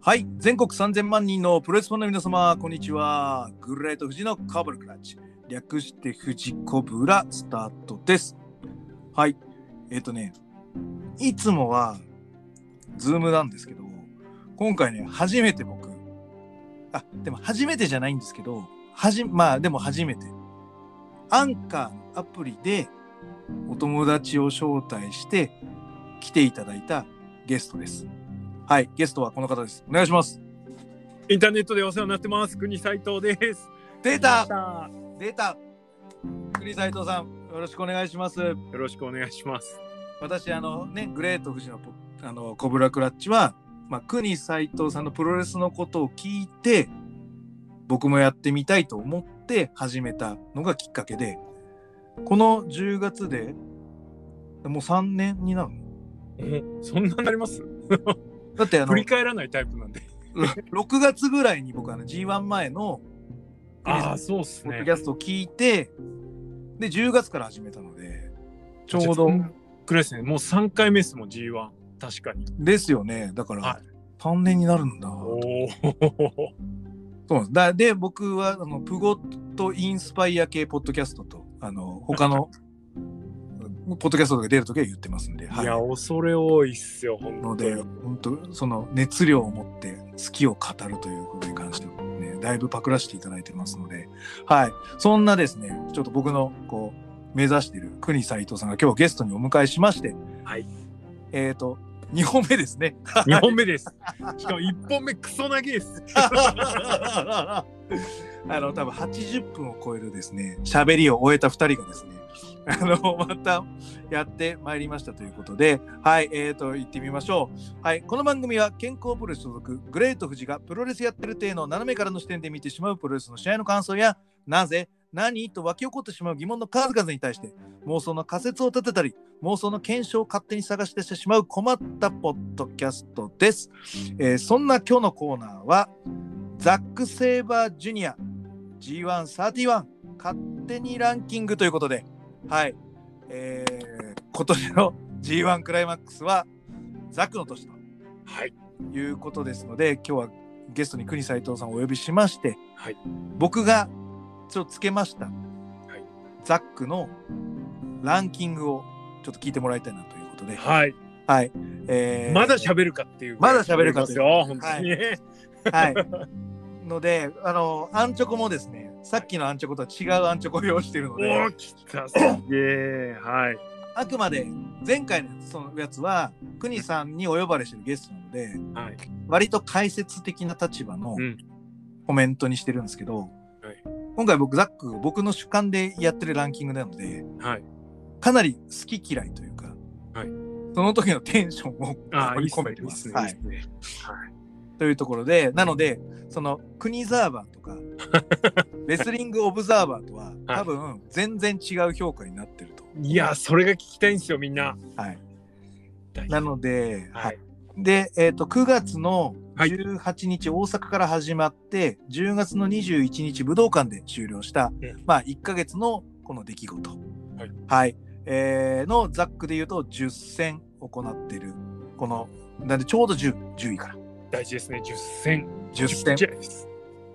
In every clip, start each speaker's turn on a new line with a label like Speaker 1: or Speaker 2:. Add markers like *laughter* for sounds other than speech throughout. Speaker 1: はい、全国3000万人のプロレスファンの皆様、こんにちは。グレート富士のカーブルクラッチ。略して富士コブラスタートです。はい、えっ、とね、いつもは、ズームなんですけど、今回ね、初めて僕、あ、でも初めてじゃないんですけど、はじ、まあでも初めて、アンカーのアプリで、お友達を招待して、来ていただいたゲストです。はい、ゲストはこの方です。お願いします。
Speaker 2: インターネットでお世話になってます。国斉藤です。
Speaker 1: 出
Speaker 2: 出
Speaker 1: た
Speaker 2: た
Speaker 1: 出た栗斉藤さん、よろしくお願いします。
Speaker 2: よろしくお願いします。
Speaker 1: 私、あのね、グレート富士のポあのコブラクラッチは、まあ、国斉藤さんのプロレスのことを聞いて、僕もやってみたいと思って始めたのがきっかけで、この10月で、もう3年になるの
Speaker 2: そんなになります
Speaker 1: だってあの
Speaker 2: 振り返らないタイプなんで。
Speaker 1: 6月ぐらいに僕あの G1 前の
Speaker 2: ああ、そうっす
Speaker 1: ポッ
Speaker 2: ね
Speaker 1: ドキ。ャストを聞いて、で10月から始めたのでちょうど
Speaker 2: じゃあ。くらいですね。もう3回目ですもん、G1。確かに。
Speaker 1: ですよねだか
Speaker 2: は
Speaker 1: ら3年になるんだ
Speaker 2: お
Speaker 1: そう
Speaker 2: お。
Speaker 1: なんですだで僕はあのプゴットインスパイア系ポッドキャストとあの他のポッドキャストとか出るときは言ってますんで、はいい、
Speaker 2: や、恐れ多いっすよ、ほ
Speaker 1: の
Speaker 2: んと
Speaker 1: で
Speaker 2: に。
Speaker 1: 本当その熱量を持って好きを語るということに関してはねだいぶパクらせていただいてますのではいそんなですねちょっと僕のこう目指している国斎藤さんが今日ゲストにお迎えしまして
Speaker 2: はい
Speaker 1: えっ、と2本目ですね
Speaker 2: 2本目です。しかも1本目、クソ長いです。
Speaker 1: *laughs* あの多分80分を超えるですね喋りを終えた2人がですね *laughs* あのまたやってまいりましたということで、はい、えー、と、行ってみましょう。はい、この番組は健康プロレス所属、グレート富士がプロレスやってる体の斜めからの視点で見てしまうプロレスの試合の感想や、なぜ、何と湧き起こってしまう疑問の数々に対して、妄想の仮説を立てたり、妄想の検証を勝手に探してしまう困ったポッドキャストです。えーそんな今日のコーナーは、ザック・セイバー・ジュニア G131 勝手にランキングということで、はい、えー今年の *laughs* G1 クライマックスはザックの年と
Speaker 2: はい。
Speaker 1: いうことですので、今日はゲストに国斎藤さんをお呼びしまして、
Speaker 2: はい
Speaker 1: 僕がちょっとつけました、
Speaker 2: い
Speaker 1: ザックのランキングをちょっと聞いてもらいたいなということで、
Speaker 2: はい。
Speaker 1: はい、えー
Speaker 2: まだ喋るかっていう。
Speaker 1: まだ喋るか
Speaker 2: で
Speaker 1: ってい
Speaker 2: す
Speaker 1: う
Speaker 2: よ、ほんとにね。
Speaker 1: はい。 *laughs* ので、あの、アンチョコもですね、さっきのアンチョコとは違うアンチョコを用意しているの
Speaker 2: *laughs* お
Speaker 1: で
Speaker 2: ー、、来た。すげえ。はい。
Speaker 1: あくまで前回のそのやつは、国さんにお呼ばれしてるゲストなので、
Speaker 2: はい。
Speaker 1: 割と解説的な立場の
Speaker 2: うん
Speaker 1: コメントにしてるんですけど、
Speaker 2: い
Speaker 1: 今回僕、ザック、僕の主観でやってるランキングなので、
Speaker 2: はい。
Speaker 1: かなり好き嫌いというか、
Speaker 2: はい
Speaker 1: その時のテンションを
Speaker 2: ああ、いいっす
Speaker 1: 込
Speaker 2: ね。
Speaker 1: め
Speaker 2: い
Speaker 1: て
Speaker 2: いっ
Speaker 1: ますす。
Speaker 2: ね。いい
Speaker 1: は
Speaker 2: っ
Speaker 1: い
Speaker 2: す。ね。はい。
Speaker 1: というところで、なので、その、国ザーバーと
Speaker 2: *laughs*
Speaker 1: か、レスリングオブザーバーとは、
Speaker 2: はい
Speaker 1: 多分、全然違う評価になってると。
Speaker 2: いや、それが聞きたいんですよ、みんな。
Speaker 1: はい。
Speaker 2: 大
Speaker 1: なので、
Speaker 2: は
Speaker 1: はいい。。で、えっ、と、9月の
Speaker 2: はい
Speaker 1: 18日、大阪から始まって、10月の21日、武道館で終了した、
Speaker 2: うん
Speaker 1: まあ、1ヶ月のこの出来事。
Speaker 2: はい。
Speaker 1: えーの、ザックで言うと、10戦行ってる。この、なんで、ちょうど10、10位から。
Speaker 2: 大事ですね、10戦。
Speaker 1: 10戦
Speaker 2: ちっちゃいです。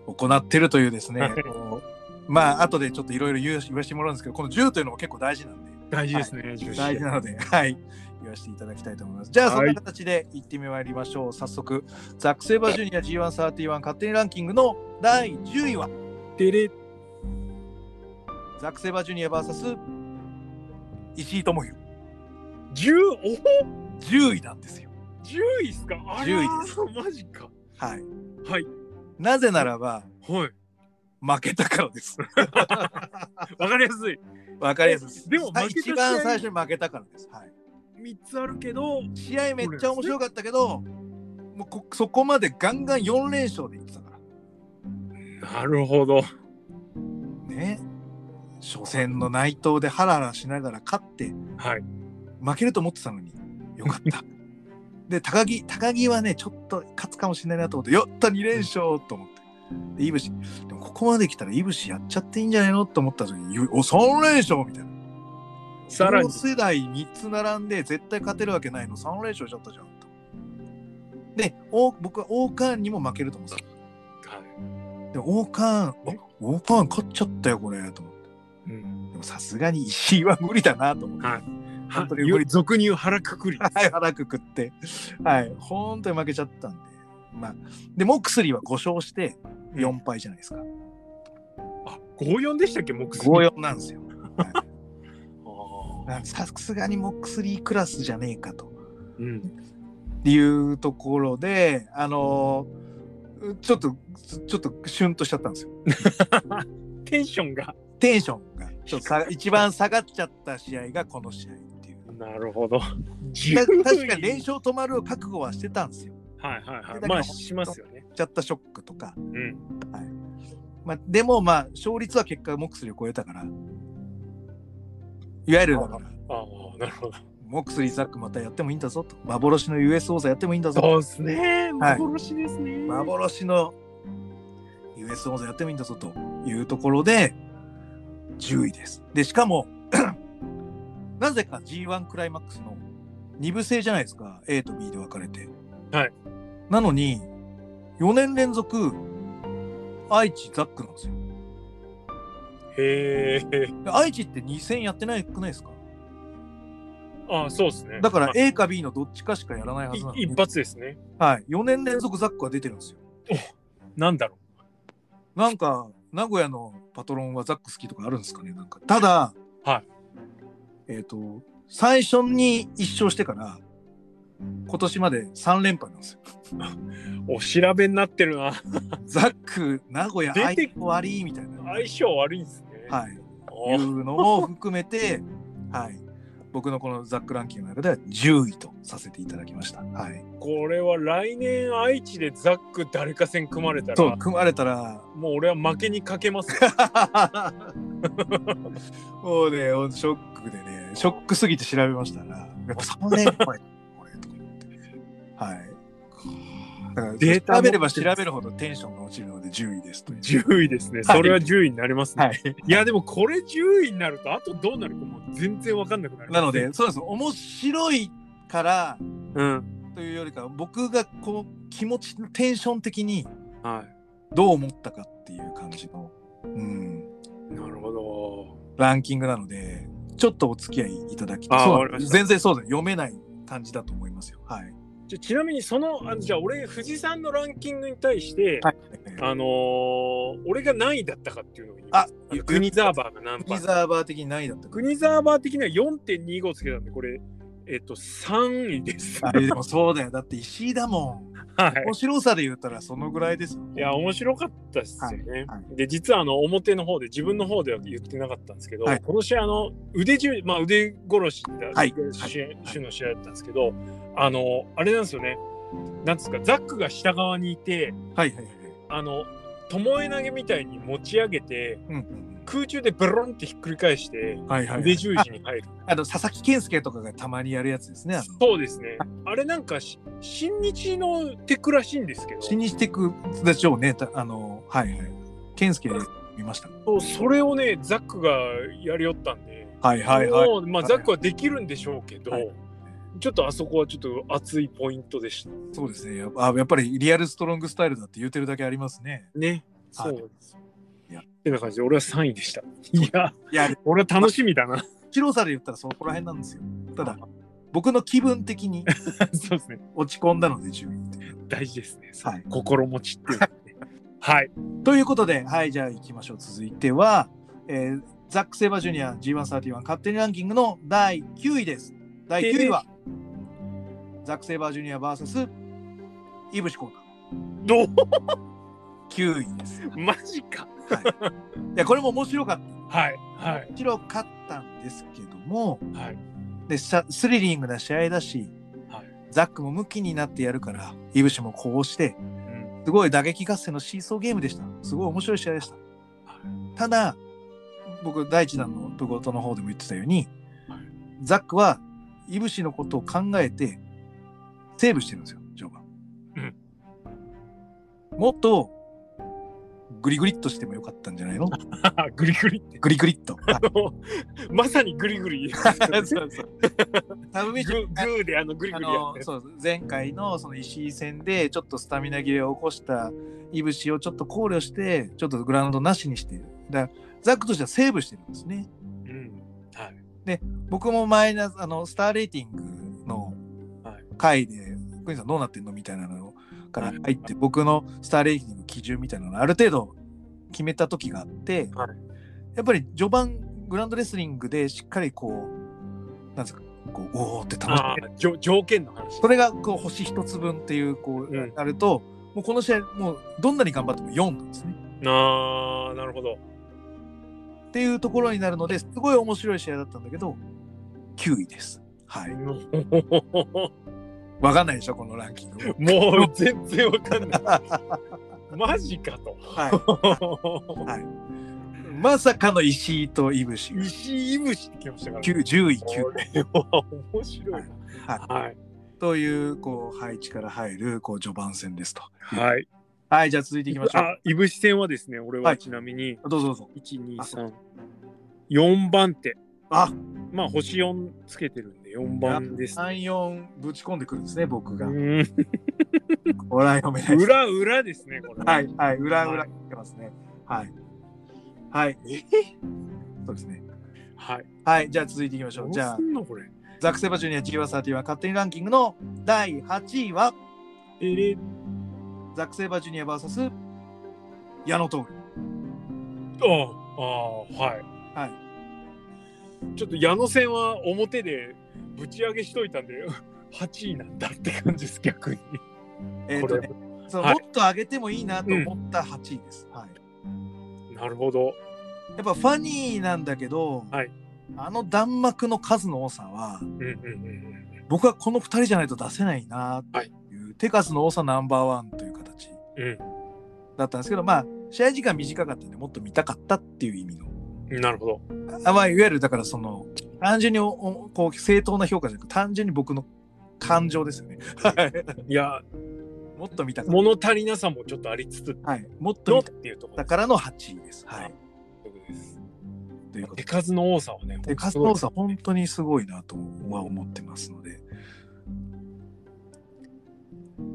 Speaker 1: 行ってるというですね
Speaker 2: はい、
Speaker 1: こうまあ、後でちょっといろいろ言わせてもらうんですけど、この10というのも結構大事なんで、
Speaker 2: 大事ですね、10
Speaker 1: 大事
Speaker 2: 戦。
Speaker 1: なので、 *laughs* はい、言わせていただきたいと思います。じゃあ、そん
Speaker 2: は
Speaker 1: ない形で行ってまいりましょう。早速、ザック・セイバージュニア G131 勝手にランキングの第10位は、
Speaker 2: てれ
Speaker 1: ザック・セイバージュニア VS 石井智弘。
Speaker 2: 10、おほ
Speaker 1: 10位なんですよ。
Speaker 2: !10 位っすかあら
Speaker 1: 10位です
Speaker 2: ーマジか。
Speaker 1: はい。
Speaker 2: はい。
Speaker 1: なぜならば、
Speaker 2: はい。
Speaker 1: 負けたからです。
Speaker 2: わかりやすい。
Speaker 1: わかりやすいです。
Speaker 2: でも負けた試合
Speaker 1: 一番最初に負けたからです。はい。
Speaker 2: 3つあるけど、
Speaker 1: 試合めっちゃ面白かったけど、もうこそこまでガンガン4連勝でいってたか
Speaker 2: なるほど。
Speaker 1: ら。ね。初戦の内藤でハラハラしながら勝って、
Speaker 2: はい。
Speaker 1: 負けると思ってたのに、よかった。 *laughs* で、高木、高木はね、ちょっと勝つかもしれないなと思って、よった2連勝と思って。で、いぶし、でもここまで来たらいぶしやっちゃっていいんじゃないのと思った時に、ゆお、3連勝みたいな。
Speaker 2: さらに
Speaker 1: 同世代3つ並んで、絶対勝てるわけないの、3連勝しちゃったじゃんと。で、お僕は王冠にも負けると思うんですよ。で王冠、お王冠勝っちゃったよ、これ、と思って。
Speaker 2: うん
Speaker 1: でもさすがに石井は無理だなと思って。
Speaker 2: はい
Speaker 1: 本当に
Speaker 2: は俗に言う腹く
Speaker 1: *laughs*
Speaker 2: くり。
Speaker 1: はい、腹くくって。はい、本当に負けちゃったんで。まあ、で、モクスリーは5勝して4敗じゃないですか。
Speaker 2: あ、五四でしたっけ、目標。
Speaker 1: 5、4なんですよ。
Speaker 2: あ
Speaker 1: なんでさすがにモクスリークラスじゃねえかと。
Speaker 2: ーうん。
Speaker 1: っていうところで、あのーちょっと、ちょっとシュンとしちゃったんですよ。
Speaker 2: テンションが。
Speaker 1: テンションがちょっとさ一番下がっちゃった試合がこの試合っていう。
Speaker 2: なるほど。
Speaker 1: た
Speaker 2: 10位
Speaker 1: 確かに連勝止まる覚悟はしてたんですよ。
Speaker 2: はいはいは
Speaker 1: だけど
Speaker 2: い。まあ、しますよね。
Speaker 1: ちゃったショックとか。
Speaker 2: うん。
Speaker 1: まあ、でもまあ、勝率は結果、モクスリーを超えたから。いわゆるだから、
Speaker 2: ああ、なるほど。
Speaker 1: モクスリーザックまたやってもいいんだぞと。幻の US 王座やってもいいんだぞ。
Speaker 2: そうですね。幻ですね。
Speaker 1: 幻の US 王座やってもいいんだぞというところで、10位です。で、しかも、 *clears throat* なぜか G1 クライマックスの2部制じゃないですか。A と B で分かれて。
Speaker 2: はい。
Speaker 1: なのに、4年連続、愛知ザックなんですよ。
Speaker 2: へえ。
Speaker 1: で愛知って2戦やってないくないですか
Speaker 2: ああ、そうですね。
Speaker 1: だから
Speaker 2: あ
Speaker 1: A か B のどっちかしかやらないはずなの
Speaker 2: い
Speaker 1: に
Speaker 2: 一発ですね。
Speaker 1: はい。4年連続ザックは出てるんですよ。
Speaker 2: なんだろ
Speaker 1: なんか、名古屋のパトロンはザック好きとかあるんですかねなんか。ただ、
Speaker 2: はい。
Speaker 1: えっ、と、最初に1勝してから、今年まで3連敗なんですよ。
Speaker 2: う。お調べになってるな。
Speaker 1: ザック、名古屋、
Speaker 2: 出て
Speaker 1: 相悪いみたいな。
Speaker 2: 相性悪いんですね。。
Speaker 1: はいい。いうのも含めて、はい。僕のこのザックランキングの中では10位とさせていただきました。はい。
Speaker 2: これは来年愛知でザック誰か戦組まれた
Speaker 1: そう、
Speaker 2: ら、
Speaker 1: 組まれたら、
Speaker 2: もう俺は負けにかけますよ。
Speaker 1: *laughs* もうね、ショックでね、ショックすぎて調べましたら、やっぱ3連敗、これ、とか言って。 *laughs* はい。だから
Speaker 2: データ
Speaker 1: 調
Speaker 2: 持
Speaker 1: べ
Speaker 2: って
Speaker 1: れば
Speaker 2: ます
Speaker 1: 調べるほどテンションが落ちるので10位
Speaker 2: *laughs*
Speaker 1: ですという。
Speaker 2: 10位ですね。それは10位になりますね。、
Speaker 1: はいい。
Speaker 2: や、でもこれ10位になると、あとどうなるかもう全然わかんなくなる。
Speaker 1: なので、そうです。面白いから
Speaker 2: うん。
Speaker 1: というよりか、僕がこう、気持ち、テンション的に
Speaker 2: は
Speaker 1: どう思ったかっていう感じの、うん、
Speaker 2: い。なるほど。
Speaker 1: ランキングなので、ちょっとお付き合いいただきたい
Speaker 2: あー
Speaker 1: そう
Speaker 2: わかりました
Speaker 1: 全然そうです。読めない感じだと思いますよ。はい。
Speaker 2: じゃちなみに、その、あじゃあ俺、富士山のランキングに対して、
Speaker 1: はい。
Speaker 2: あのー俺が何位だったかっていうのを言います
Speaker 1: あ
Speaker 2: 国ザーバーが何
Speaker 1: リ
Speaker 2: 番
Speaker 1: ザーバー的に何位だったか。
Speaker 2: 国ザーバー的には4.25つけたんで、これ、えっと、3位です。
Speaker 1: あれでもそうだよ。だって石井だもん。
Speaker 2: はい
Speaker 1: 面白さで言ったらそのぐらいですよ。
Speaker 2: いや、面白かったですよね。
Speaker 1: はいは
Speaker 2: で、実はあの表の方で、自分の方では言ってなかったんですけど、
Speaker 1: はい
Speaker 2: この試合、あの腕十、まあ、腕殺しだ、
Speaker 1: はい
Speaker 2: 腕殺し主の試合だったんですけど、あの、あれなんですよね、なんですか、ザックが下側にいて、
Speaker 1: はいはいはい。
Speaker 2: あの、巴投げみたいに持ち上げて、
Speaker 1: うんうん
Speaker 2: 空中でブロンってひっくり返して、
Speaker 1: うん。はいはい、は
Speaker 2: 腕
Speaker 1: い。
Speaker 2: 十字に入る。
Speaker 1: あの、佐々木健介とかがたまにやるやつですね。あの
Speaker 2: そうですね。あれなんかし、新日のテクらしいんですけど、
Speaker 1: 新日テクでしょうね。たあの、はいはい。健介見ました。
Speaker 2: そうそれをね、ザックがやりよったんで、
Speaker 1: はいはいはい。
Speaker 2: もうまあ、
Speaker 1: はい
Speaker 2: ザックはできるんでしょうけど、
Speaker 1: はい
Speaker 2: ちょっとあそこはちょっと熱いポイントでした
Speaker 1: そうですね。やっぱあやっぱりリアルストロングスタイルだって言ってるだけありますね。
Speaker 2: ね。
Speaker 1: は
Speaker 2: そ
Speaker 1: いう
Speaker 2: なんですよ。
Speaker 1: いや
Speaker 2: ってな感じで、俺は3位でした。いや、
Speaker 1: いや、
Speaker 2: 俺は楽しみだな。 *laughs*
Speaker 1: 白さで言ったらそこら辺なんですよ。ただ、僕の気分的に
Speaker 2: そうですね。
Speaker 1: 落ち込んだので10位っていう。
Speaker 2: 大事ですね。
Speaker 1: はい
Speaker 2: 心持ちっていうの
Speaker 1: *laughs*
Speaker 2: はね。はい。
Speaker 1: ということで、はい、じゃあ行きましょう。続いては、えーザック・セイバージュニア G131 勝手にランキングの第9位です。第9位は、ザック・セイバージュニア VS イブシコー
Speaker 2: どう
Speaker 1: 9位です。はい、
Speaker 2: マジか。
Speaker 1: いや、これも面白かった。
Speaker 2: はい。はい。
Speaker 1: もちろん勝ったんですけども、
Speaker 2: はい。
Speaker 1: でさスリリングな試合だし、
Speaker 2: はい
Speaker 1: ザックもムキになってやるから、イブシもこうして、
Speaker 2: うん
Speaker 1: すごい打撃合戦のシーソーゲームでした。すごい面白い試合でした。ただ、僕、第一弾の部ごとの方でも言ってたように
Speaker 2: はい、
Speaker 1: ザックは、イブシのことを考えて、セーブしてるんですよ、序盤。
Speaker 2: うん
Speaker 1: もっと、グリグリっとしてもよかったんじゃないの
Speaker 2: *laughs* グリグリって。
Speaker 1: グリグリっ
Speaker 2: *laughs*
Speaker 1: と。あ
Speaker 2: まさにグリ
Speaker 1: *laughs*
Speaker 2: グリ。グ
Speaker 1: そうそう。タブビ
Speaker 2: ーグーであのグリ
Speaker 1: あ
Speaker 2: グリや
Speaker 1: の
Speaker 2: って。
Speaker 1: そう前回のその石井戦でちょっとスタミナ切れを起こしたいぶしをちょっと考慮してちょっとグラウンドなしにしているだからザックとしてはセーブしてるんですね
Speaker 2: うん。はい。
Speaker 1: 僕もマイナスあのスターレーティングの
Speaker 2: はい
Speaker 1: 回で「クイーンさんどうなってんの?」みたいなのから入って僕のスターレーティング基準みたいなのをある程度決めた時があって
Speaker 2: はい
Speaker 1: やっぱり序盤グラウンドレスリングでしっかりこうなんですかこうおおって楽し
Speaker 2: あーじょ条件の話。
Speaker 1: それがこう星一つ分っていうこう、
Speaker 2: うん
Speaker 1: なるともうこの試合もうどんなに頑張っても4なんですね。
Speaker 2: ああ、なるほど。 *laughs*
Speaker 1: っていうところになるのですごい面白い試合だったんだけど9位です。はい。わかんないでしょこのランキン
Speaker 2: *laughs*
Speaker 1: グ。
Speaker 2: もう全然わかんない。マジかと。 *laughs*
Speaker 1: はまさかの石井と井伏が
Speaker 2: 石井ぶしってきましたから、ね。
Speaker 1: 9 10位9
Speaker 2: これは面白いな。
Speaker 1: は
Speaker 2: はい。
Speaker 1: というこう配置から入るこう序盤戦ですと。
Speaker 2: はい。
Speaker 1: はいじゃあ続いていきましょう。
Speaker 2: あ、いぶし戦はですね、俺
Speaker 1: は
Speaker 2: はいちなみに、
Speaker 1: どうぞどうぞ。
Speaker 2: 1、2、
Speaker 1: あそ
Speaker 2: 3、4番手。
Speaker 1: あ
Speaker 2: まあ、星4つけてるんで、4番です、ね。
Speaker 1: 3、4ぶち込んでくるんですね、僕が
Speaker 2: う。ん
Speaker 1: おら読めないです。
Speaker 2: 裏裏ですね、これ。
Speaker 1: はい、はい、裏裏来てますね。はい。はい。 *laughs* そうですね。
Speaker 2: はい。
Speaker 1: はい、じゃあ続いていきましょ
Speaker 2: ど
Speaker 1: う。
Speaker 2: う
Speaker 1: じゃあ
Speaker 2: す、んのこれ。
Speaker 1: ザック・セバジュニア G131 勝手にランキングの第8位は、
Speaker 2: えれ、
Speaker 1: ザック・セバジュニア VS 矢野徹。
Speaker 2: ああ、はい。
Speaker 1: はい。
Speaker 2: ちょっと矢野戦は表でぶち上げしといたんで、8位なんだって感じです、逆に。
Speaker 1: えっ、
Speaker 2: ことれ
Speaker 1: ね、その
Speaker 2: はい
Speaker 1: もっと上げてもいいなと思った8位です。はい。
Speaker 2: なるほど。
Speaker 1: やっぱファニーなんだけど、
Speaker 2: はい
Speaker 1: あの弾幕の数の多さは、
Speaker 2: うんうんうん
Speaker 1: 僕はこの2人じゃないと出せないなっていう、手数の多さナンバーワンという形。
Speaker 2: うん。
Speaker 1: だったんですけど、まあ、試合時間短かったんで、もっと見たかったっていう意味の。
Speaker 2: うん。なるほど。
Speaker 1: あまあ、いわゆる、だからその、単純におおこう正当な評価じゃなくて、単純に僕の感情ですよね。
Speaker 2: いや、
Speaker 1: もっと見たかっ
Speaker 2: 物足りなさもちょっとありつつ
Speaker 1: た。はい。もっと
Speaker 2: のっ
Speaker 1: 見たか
Speaker 2: ていうと
Speaker 1: っ
Speaker 2: ころ
Speaker 1: た
Speaker 2: で
Speaker 1: からの8位です。はい。
Speaker 2: す。
Speaker 1: ということ
Speaker 2: 手
Speaker 1: で。
Speaker 2: 数の多さはね、
Speaker 1: で、カスノーさん、本当にすごいなとは思ってますので。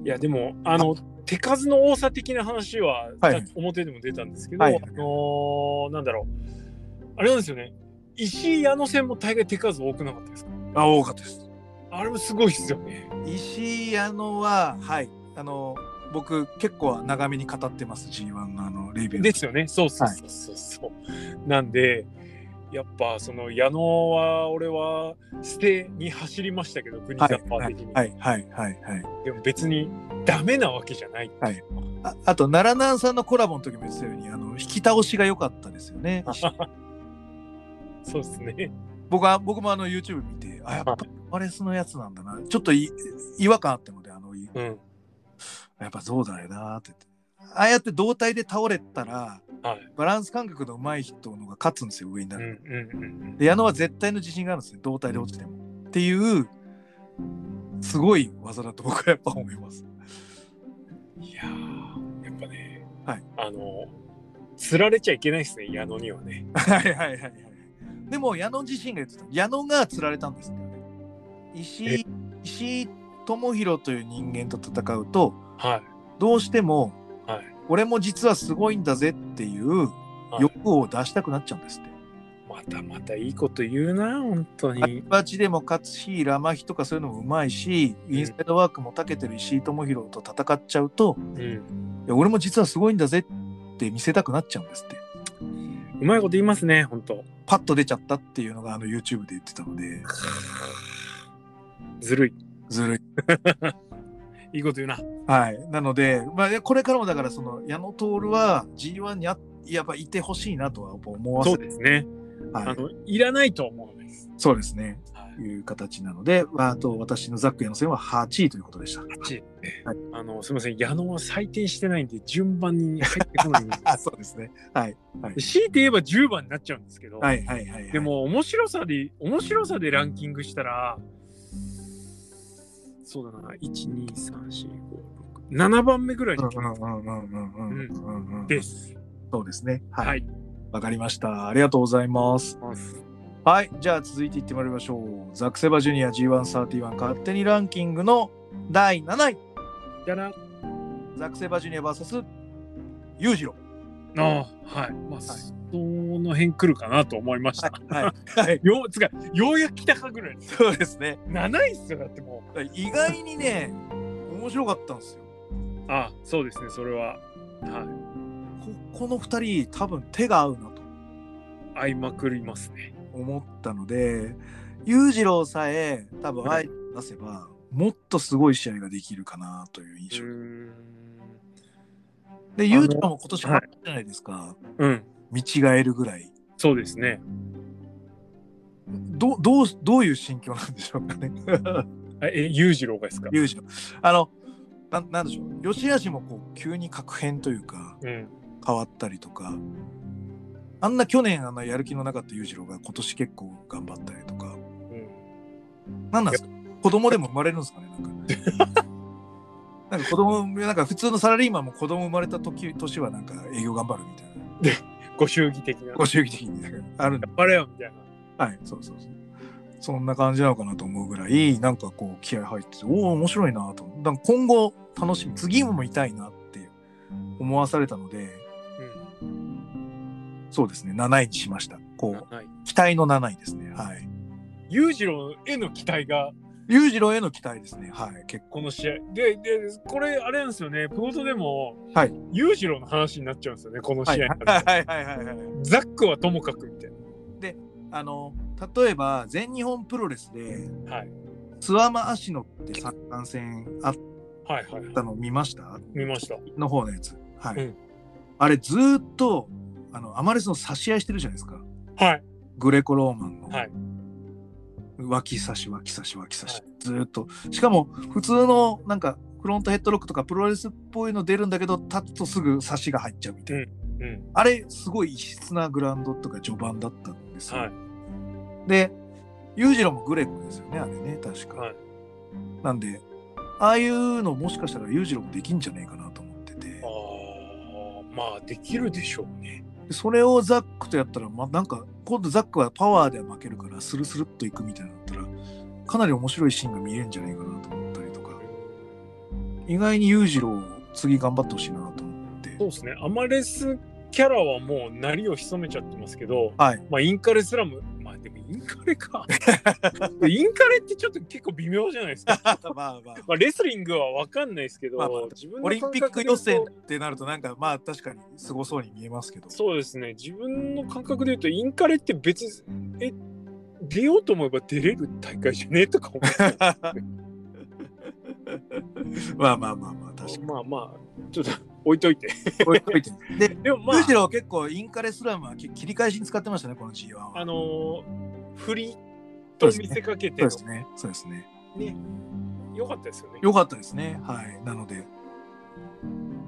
Speaker 2: いやでもあの手数の多さ的な話は、
Speaker 1: はい
Speaker 2: さっき表でも出たんですけど、
Speaker 1: はい
Speaker 2: あのーなんだろうあれなんですよね石井矢野戦も大概手数多くなかったですか
Speaker 1: あ、多かったです。
Speaker 2: あれもすごいっすよね。
Speaker 1: 石井矢野は、はい。あの、僕、結構長めに語ってます、G1 のあの、レビュー。
Speaker 2: ですよね。そうそうそうそうそう、なんでやっぱその矢野は俺は捨てに走りましたけど国
Speaker 1: は
Speaker 2: ザ
Speaker 1: い、
Speaker 2: ッパー
Speaker 1: はい
Speaker 2: 的に、、
Speaker 1: はい、はい、はい。はい
Speaker 2: でも別にダメなわけじゃない。
Speaker 1: ああと、奈良南さんのコラボの時も言ってたように、あの引き倒しが良かったですよね。
Speaker 2: そうですね。
Speaker 1: 僕は僕もあの YouTube 見て、あ、やっぱパレスのやつなんだな。ちょっとい違和感あったので、あのい
Speaker 2: うん。
Speaker 1: やっぱそうだよなって言って。ああやって胴体で倒れたら、
Speaker 2: はい。
Speaker 1: バランス感覚の上手い人の方が勝つんですよ、上にな
Speaker 2: うんう
Speaker 1: る。
Speaker 2: んうん
Speaker 1: で、矢野は絶対の自信があるんですね、胴体で落ちても。っていう、すごい技だと僕はやっぱ思います。
Speaker 2: うん。いやーやっぱね、
Speaker 1: はい
Speaker 2: あの釣られちゃいけないですね矢野にはね。
Speaker 1: はいはいはいはい。でも矢野自身が言ってた。矢野が釣られたんですってね。石井、石井智弘という人間と戦うと、
Speaker 2: はい。
Speaker 1: どうしても、
Speaker 2: はい
Speaker 1: 俺も実はすごいんだぜっていう
Speaker 2: はい
Speaker 1: 欲を出したくなっちゃうんですって。
Speaker 2: またまたいいこと言うな本当
Speaker 1: バチ
Speaker 2: に。
Speaker 1: バチでも勝つし、ラマヒとかそういうのもうまいし、インサイドワークも長けてる石井智弘と戦っちゃうと、
Speaker 2: うん。
Speaker 1: いや俺も実はすごいんだぜって見せたくなっちゃうんですって。
Speaker 2: うまいこと言いますね本当。
Speaker 1: パッと出ちゃったっていうのがあの YouTube で言ってたので、
Speaker 2: ずるい。
Speaker 1: ずるい
Speaker 2: いいこと言うな。
Speaker 1: はい。なので、まあ、ねこれからもだから、その、矢野徹は G1 にあやっぱいてほしいなとはやっぱ思わせ
Speaker 2: そう
Speaker 1: て、
Speaker 2: ですね。
Speaker 1: は
Speaker 2: あ
Speaker 1: い、
Speaker 2: のいらないと思うんです。
Speaker 1: そうですね。
Speaker 2: はい
Speaker 1: いう形なので、まあ、あと私のザックへの戦は8位ということでした。
Speaker 2: 八位
Speaker 1: はい
Speaker 2: あのすみません矢野は採点してないんで順番に入ってこないんで
Speaker 1: あ、そうですね。はい。はい
Speaker 2: で。強いて言えば10番になっちゃうんですけ
Speaker 1: *laughs*
Speaker 2: ど、
Speaker 1: はいはいはい、はい。
Speaker 2: で、も面白さで面白さでランキングしたらそうだな1234567番目ぐらいに
Speaker 1: うんうんうんうんうんうんうんうん。
Speaker 2: です
Speaker 1: そうですね。はい。
Speaker 2: はい
Speaker 1: わかりました。ありがとうございます。はい。じゃあ続いていってまいりましょう。ザックセバジュニア G131 勝手にランキングの第7位。
Speaker 2: やな
Speaker 1: ザックセバジュニア VS 裕次郎。
Speaker 2: あはいまあ、その辺来るかなと思いました、
Speaker 1: はい。はい。
Speaker 2: ようつかようやく来たかぐらいです
Speaker 1: そうですね。
Speaker 2: 7位っすよだっても
Speaker 1: 意外にね、面白かったんですよ。
Speaker 2: うあそうですねそれはは
Speaker 1: ここの2人、多分手が合うなと
Speaker 2: い合いまくりますね
Speaker 1: 思ったので、裕次郎さえ多分あえて出せば、もっとすごい試合ができるかなという印象。で、
Speaker 2: あの
Speaker 1: 裕次郎も今年
Speaker 2: はい
Speaker 1: 勝ったじゃないですか。
Speaker 2: うん
Speaker 1: 見違えるぐらい。
Speaker 2: そうですね
Speaker 1: どどうどういう心境なんでしょうかね。 *laughs*
Speaker 2: あえ裕次郎がですか
Speaker 1: 裕次郎。あのな、なんでしょう。吉しもこう急に確変というか、
Speaker 2: うん
Speaker 1: 変わったりとか、あんな去年あんなやる気のなかった裕次郎が今年結構頑張ったりとか、
Speaker 2: うん
Speaker 1: なんなんですか子供でも生まれるんですかねなんか。
Speaker 2: *laughs*
Speaker 1: なんか子供、なんか普通のサラリーマンも子供生まれた時年はなんか営業頑張るみたいな。
Speaker 2: ご祝儀的な
Speaker 1: ご祝儀的
Speaker 2: *laughs*
Speaker 1: にあるんで
Speaker 2: あれよみたいな
Speaker 1: はい、そうそうそう。そんな感じなのかなと思うぐらい、なんかこう気合入ってて、おお、面白いなと。だから今後楽しみ、次も見たいなって思わされたので、そうですね、7位にしました。
Speaker 2: うん
Speaker 1: こう、
Speaker 2: はい
Speaker 1: 期待の7位ですね。はい。
Speaker 2: 裕次郎への期待が
Speaker 1: 裕次郎への期待ですね。はい、結
Speaker 2: この試合ででこれあれなんですよねプロトでも、
Speaker 1: はい
Speaker 2: 裕次郎の話になっちゃうんですよねこの
Speaker 1: 構。はい、
Speaker 2: 試
Speaker 1: は
Speaker 2: 合
Speaker 1: い
Speaker 2: になると、
Speaker 1: はいはいはいはい。
Speaker 2: ザックはともかくみたい
Speaker 1: あの、例えば全日本プロレスで、
Speaker 2: な、はい、
Speaker 1: 諏訪間芦野って三冠戦あっ
Speaker 2: はいはいはい
Speaker 1: たの見ました
Speaker 2: 見ました
Speaker 1: の方のやつ。はい。
Speaker 2: うん
Speaker 1: あれずーっと、あの、アマレスの差し合いしてるじゃないですか。
Speaker 2: はい
Speaker 1: グレコローマンの
Speaker 2: はい
Speaker 1: 脇差し脇差し脇差し、ずーっとしかも普通のなんかフロントヘッドロックとかプロレスっぽいの出るんだけど立つとすぐ差しが入っちゃうみたいな、
Speaker 2: うん
Speaker 1: あれすごい異質なグラウンドとか序盤だったんですよ、
Speaker 2: はい
Speaker 1: で裕次郎もグレコですよねあれね確か、
Speaker 2: はい
Speaker 1: なんでああいうのもしかしたら裕次郎もできんじゃねえかなと思ってて
Speaker 2: あーまあできるでしょうね
Speaker 1: でそれをザックとやったら、まあ、なんか今度ザックはパワーでは負けるからスルスルっといくみたいになったらかなり面白いシーンが見えるんじゃないかなと思ったりとか意外に裕次郎次頑張ってほしいなと思って
Speaker 2: そうですねアマレスキャラはもうなりを潜めちゃってますけど、
Speaker 1: はい
Speaker 2: まあインカレスラムまあでもインカ
Speaker 1: *laughs*
Speaker 2: レかインカレってちょっと結構微妙じゃないですか
Speaker 1: *laughs* まあまあ
Speaker 2: まあレスリングは分かんないですけど、
Speaker 1: まあまあ
Speaker 2: 自分の
Speaker 1: オリンピック
Speaker 2: 感覚で
Speaker 1: 予
Speaker 2: 言うと
Speaker 1: 選ってなるとなんかまあ確かにすごそうに見えますけど
Speaker 2: そうですね自分の感覚で言うとインカレって別にえ出ようと思えば出れる大会じゃねえと *laughs* か思って
Speaker 1: *laughs* まあまあまあまあ確か
Speaker 2: まあまあちょっと置いとい *laughs* て
Speaker 1: に *laughs* 置いといてで
Speaker 2: でもまあ
Speaker 1: 裕次郎結構インカレスラムは切り返しに使ってましたねこの G1 は
Speaker 2: あのー振りと見せかけて
Speaker 1: そうです
Speaker 2: の
Speaker 1: ねそうですね
Speaker 2: 良かったですよね
Speaker 1: 良かったですね。はい。なので、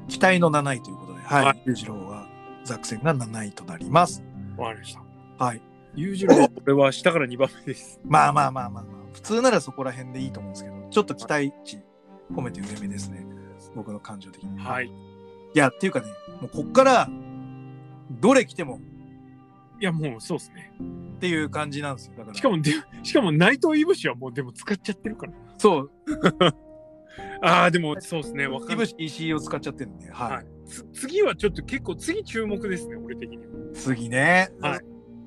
Speaker 1: 期待の7位ということで、は。
Speaker 2: はい
Speaker 1: 裕次郎は、ザクセンが7位となります。
Speaker 2: わかりました
Speaker 1: はい。
Speaker 2: 裕次郎はこれは下から2番目です
Speaker 1: まあまあまあまあまあ、普通ならそこら辺でいいと思うんですけど、ちょっと期待値、込めて上目ですね。僕の感情的に。。
Speaker 2: はいい
Speaker 1: いや、っていうかね、もうこっから、どれ来ても
Speaker 2: いやもうそうですね
Speaker 1: っていう感じなんですよ。だから、
Speaker 2: しか、もでしかも内藤いぶしはもうでも使っちゃってるから
Speaker 1: そう、
Speaker 2: ああでもそうですねわか
Speaker 1: い
Speaker 2: んな
Speaker 1: ぶ
Speaker 2: い
Speaker 1: し石井を使っちゃってるんで、はい。
Speaker 2: はいつ次はちょっと結構次注目ですね俺的には
Speaker 1: 次ね。
Speaker 2: はい。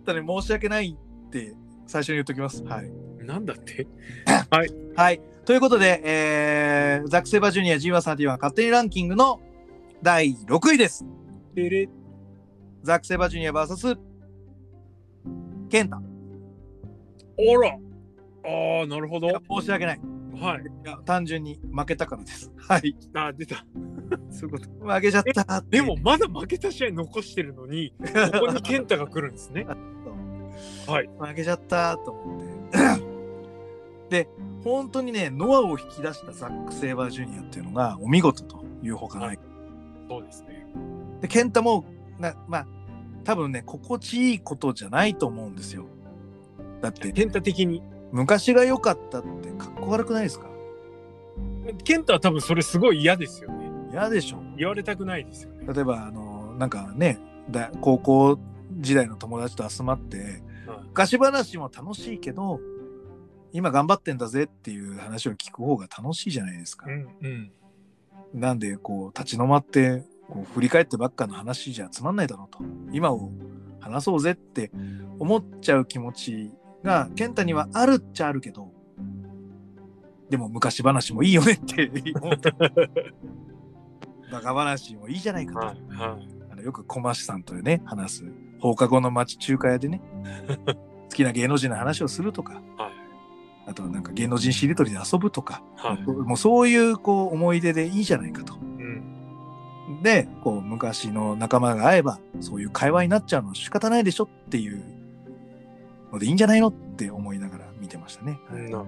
Speaker 1: ただね、申し訳ないって、最初に言っときます。はい。
Speaker 2: なんだって
Speaker 1: はい。ということで、えー、ザック・セイバージュニア G131 勝手にランキングの第6位です。
Speaker 2: てれ
Speaker 1: ザック・セイバージュニア VS ケンタ。
Speaker 2: あらああなるほど
Speaker 1: いや
Speaker 2: は
Speaker 1: 申し訳ない。
Speaker 2: い
Speaker 1: いや単純に負けたからです。はい。
Speaker 2: あー出た *laughs* そういうこと
Speaker 1: 負けちゃったってい
Speaker 2: で
Speaker 1: う
Speaker 2: もまだ負けた試合残してるの *laughs* にここに健太が来るんですねはい
Speaker 1: 負けちゃったと思って。で、 *laughs* 本当にね、ノアを引き出したザック・セイバージュニアっていうのがお見事というほかない。
Speaker 2: そうですね
Speaker 1: で、ケンタも、なまあ、多分ね、心地いいことじゃないと思うんですよ。だって、
Speaker 2: 健太的に
Speaker 1: 昔が良かったってかっこ悪くないですか
Speaker 2: 健太は多分それすごい嫌ですよね
Speaker 1: 嫌でしょ
Speaker 2: 言われたくないですよね
Speaker 1: 例えばあのなんかねだ高校時代の友達と集まって、
Speaker 2: はい
Speaker 1: 昔話も楽しいけど今頑張ってんだぜっていう話を聞く方が楽しいじゃないですか
Speaker 2: う。んうん
Speaker 1: なんでこう立ち止まってこう振り返ってばっかの話じゃつまんないだろうと今を話そうぜって思っちゃう気持ちが健太にはあるっちゃあるけどでも昔話もいいよねって思ったバカ話もいいじゃないかと、
Speaker 2: はいはい
Speaker 1: あのよく小町さんとね話す放課後の町中華屋で
Speaker 2: *laughs*
Speaker 1: ね好きな芸能人の話をするとか
Speaker 2: はい
Speaker 1: あとはなんか芸能人しりとりで遊ぶとか、
Speaker 2: はい
Speaker 1: もうそういうこう思い出でいいじゃないかと。
Speaker 2: うん
Speaker 1: でこう昔の仲間が会えばそういう会話になっちゃうのは仕方ないでしょっていうのでいいんじゃないのって思いながら見てましたね、
Speaker 2: なるほど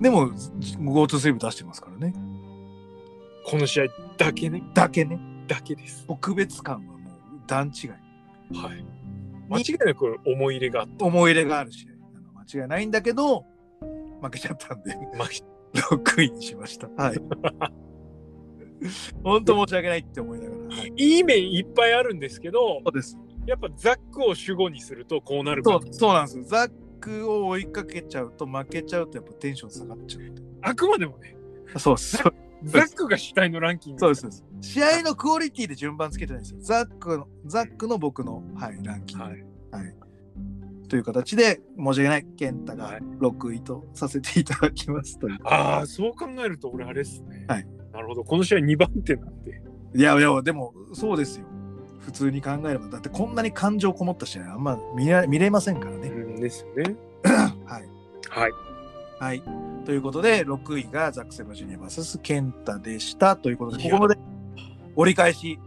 Speaker 1: でも GoTo セーブ出してますからね
Speaker 2: この試合だけね
Speaker 1: だけね
Speaker 2: だけです
Speaker 1: 特別感はもう段違い
Speaker 2: はい間違いなく思い入れがあった
Speaker 1: 思い入れがあるしあの間違いないんだけど負けちゃったんで *laughs*
Speaker 2: まあ
Speaker 1: 6位にしました *laughs* はい本当申し訳ないって思いながら、はい、
Speaker 2: いい面いっぱいあるんですけど
Speaker 1: そうです
Speaker 2: やっぱザックを主語にするとこうなるか
Speaker 1: そ
Speaker 2: ら
Speaker 1: うそうなんですよザックを追いかけちゃうと負けちゃうとやっぱテンション下がっちゃう
Speaker 2: あくまでもね
Speaker 1: そうです
Speaker 2: ザックが主体のランキング
Speaker 1: そうですそうです。試合のクオリティで順番つけてないんですよ。ザックの、ザックの僕の、はい、ランキング。
Speaker 2: は
Speaker 1: はいい。という形で、申し訳ない、健太
Speaker 2: は
Speaker 1: が
Speaker 2: い
Speaker 1: 6位とさせていただきますという。
Speaker 2: ああそう考えると俺あれですね
Speaker 1: はい
Speaker 2: なるほどこの試合2番手なんで
Speaker 1: いやいや、でも、そうですよ。普通に考えれば、だってこんなに感情こもった試合、あんま見ら見れませんからね。
Speaker 2: ですよね
Speaker 1: はい。
Speaker 2: はい
Speaker 1: はい。ということで、6位がザック・セブンジュニア VS 健太でした。ということで、
Speaker 2: い
Speaker 1: こ
Speaker 2: や
Speaker 1: こまで折り返し、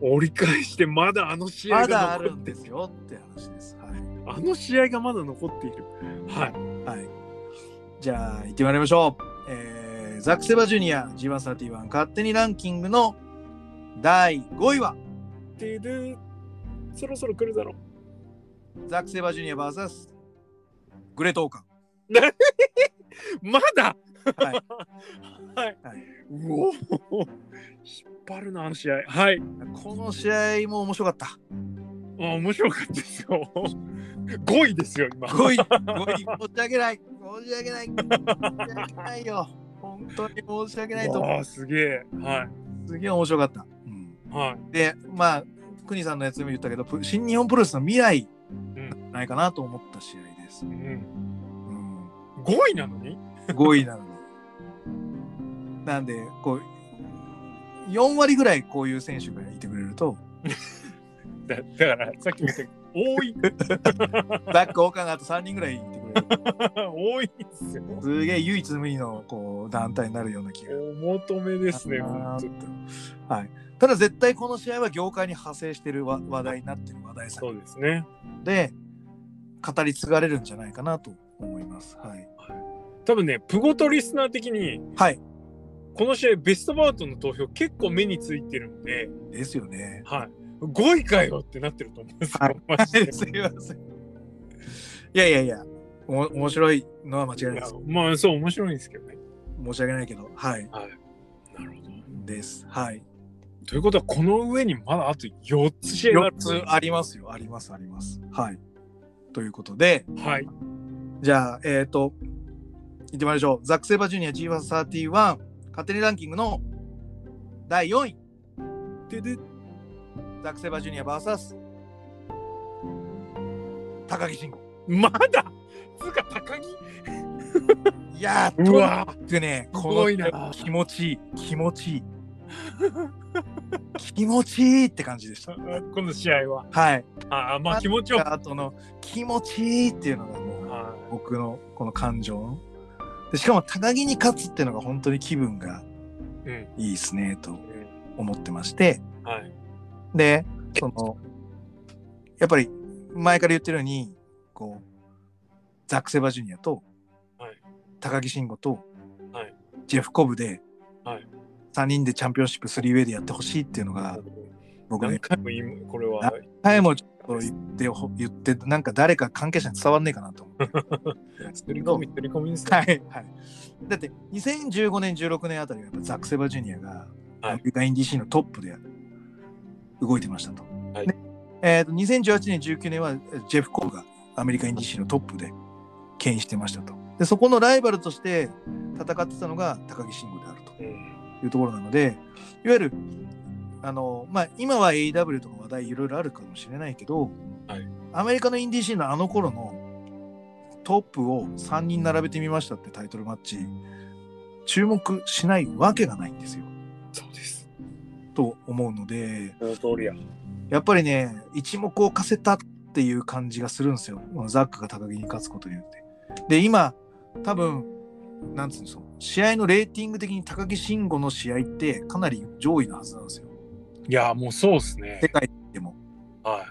Speaker 2: 折り返してまだあの試合
Speaker 1: ま
Speaker 2: が
Speaker 1: だあ
Speaker 2: 残
Speaker 1: る
Speaker 2: っ
Speaker 1: ん
Speaker 2: て
Speaker 1: ですよって話です。はい。
Speaker 2: あの試合がまだ残っているはい
Speaker 1: はい。じゃあ、行ってまいりましょう。えー、ザック・セバジュニア G131 勝手にランキングの第5位は、
Speaker 2: ででそろそろ来るだろう
Speaker 1: ザック・セバジュニア VS グレート・オーカン。
Speaker 2: まだ
Speaker 1: はい
Speaker 2: はい、
Speaker 1: はいう
Speaker 2: おー引っ張るなあの試合はい
Speaker 1: この試合も面白かった。
Speaker 2: あー面白かったですよ5位ですよ今
Speaker 1: 5位、5位、申し訳ない。申し訳ない。申し訳ないよ。本当に申し訳ないと思
Speaker 2: ああすげえは
Speaker 1: う。すげえ面白かった。うん、
Speaker 2: いはい
Speaker 1: で、まあ、国さんのやつでも言ったけど、プ新日本プロレスの未来
Speaker 2: ん
Speaker 1: なんじゃないかなと思った試合です。
Speaker 2: う、
Speaker 1: うんん
Speaker 2: 5位なのに
Speaker 1: 5位なのに。なんで、こう、4割ぐらいこういう選手がいてくれると、
Speaker 2: だだからさっきも言ったけど多い
Speaker 1: ザック・オーカンがあと3人ぐらいいてくれる。
Speaker 2: *laughs* 多いですよ
Speaker 1: すげえ唯一無二のこう団体になるような気が。
Speaker 2: お求めですね
Speaker 1: あ
Speaker 2: 本当に
Speaker 1: ーはい、ただ絶対この試合は業界に派生してるわ話題になってる話題
Speaker 2: そ
Speaker 1: 作
Speaker 2: うですね
Speaker 1: で語り継がれるんじゃないかなと思います。はい。
Speaker 2: 多分ねプゴトリスナー的に
Speaker 1: はい。
Speaker 2: この試合ベストバウトの投票結構目についてるんで、
Speaker 1: ですよね。
Speaker 2: はい、5位かよってなってると思うんですよ、
Speaker 1: はい
Speaker 2: マジ
Speaker 1: *laughs*
Speaker 2: です
Speaker 1: いません。いやいやいや、おも面白いのは間違いない
Speaker 2: い
Speaker 1: で
Speaker 2: や
Speaker 1: す。
Speaker 2: まあそう面白いんですけどね
Speaker 1: 申し訳ないけど、はい。
Speaker 2: なるほど
Speaker 1: です。はい。
Speaker 2: ということはこの上にまだあと4つ試合があ
Speaker 1: 4
Speaker 2: る
Speaker 1: つありますよ。あります、あります。はい。ということで、
Speaker 2: はい
Speaker 1: じゃあ、えっ、と、いってみましょう。ザック・セイバージュニア G131 勝手にランキングの第4位。
Speaker 2: でで
Speaker 1: ザック・セイバージュニア VS 高木慎吾。
Speaker 2: まだつうか高木
Speaker 1: いやー、
Speaker 2: うわ
Speaker 1: とにかくね、
Speaker 2: す
Speaker 1: こ
Speaker 2: ごいな
Speaker 1: の気持ちいい、気持
Speaker 2: *laughs*
Speaker 1: ちいい。気持ちいいって感じでした。
Speaker 2: この試合は
Speaker 1: はい。
Speaker 2: ああまあ気持ちよく
Speaker 1: あとの気持ちいいっていうのがもう。
Speaker 2: は
Speaker 1: 僕のこの感情のでしかも高木に勝つっていうのが本当に気分が
Speaker 2: い、うん
Speaker 1: いいですねと
Speaker 2: う
Speaker 1: 思ってまして
Speaker 2: ん、はい
Speaker 1: でそのやっぱり前から言ってるようにこうザック・セバジュニアと
Speaker 2: はい
Speaker 1: 高木慎吾と
Speaker 2: はい
Speaker 1: ジェフ・コブで
Speaker 2: はい
Speaker 1: 3人でチャンピオンシップ 3way でやってほしいっていうのが僕
Speaker 2: 何
Speaker 1: ね
Speaker 2: 回も言うこれは
Speaker 1: 前もちょっと言ってほ言ってなんか誰か関係者に伝わんねえかなと思って。
Speaker 2: 作り込み作り込みですね
Speaker 1: はい、はい。だって2015年、16年あたりはやっぱザック・セバジュニアが
Speaker 2: はい
Speaker 1: アメリカインディシーのトップで動いてましたと。
Speaker 2: はい
Speaker 1: ねえーと2018年、19年はジェフ・コーがアメリカ NDC のトップで牽引してましたと。でそこのライバルとして戦ってたのが高木慎吾であると
Speaker 2: うん
Speaker 1: いうところなので、いわゆるあの、まあ、今は AEW とか話題いろいろあるかもしれないけど、
Speaker 2: はい
Speaker 1: アメリカの NDC のあの頃のトップを3人並べてみましたってタイトルマッチ、注目しないわけがないんですよ。
Speaker 2: そうです。
Speaker 1: と思うので、
Speaker 2: その通りや。
Speaker 1: やっぱりね、一目置かせたっていう感じがするんですよ。ザックが高木に勝つことによって。で、今、多分、なんつうんでしょう。試合のレーティング的に高木慎吾の試合ってかなり上位なはずなんですよ。
Speaker 2: いや、もうそうですね
Speaker 1: 世。界でも。
Speaker 2: は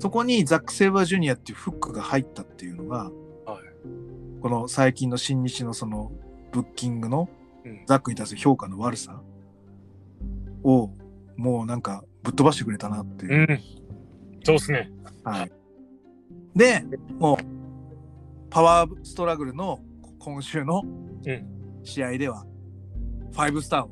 Speaker 1: そこにザック・セイバージュニアっていうフックが入ったっていうのが、
Speaker 2: は
Speaker 1: この最近の新日のそのブッキングの
Speaker 2: い。うん、
Speaker 1: ザックに対する評価の悪さをもうなんかぶっ飛ばしてくれたなっていう
Speaker 2: うん。そうですね。
Speaker 1: はい。で、もう、パワーストラグルの今週の
Speaker 2: うん
Speaker 1: 試合では、ファイブスターを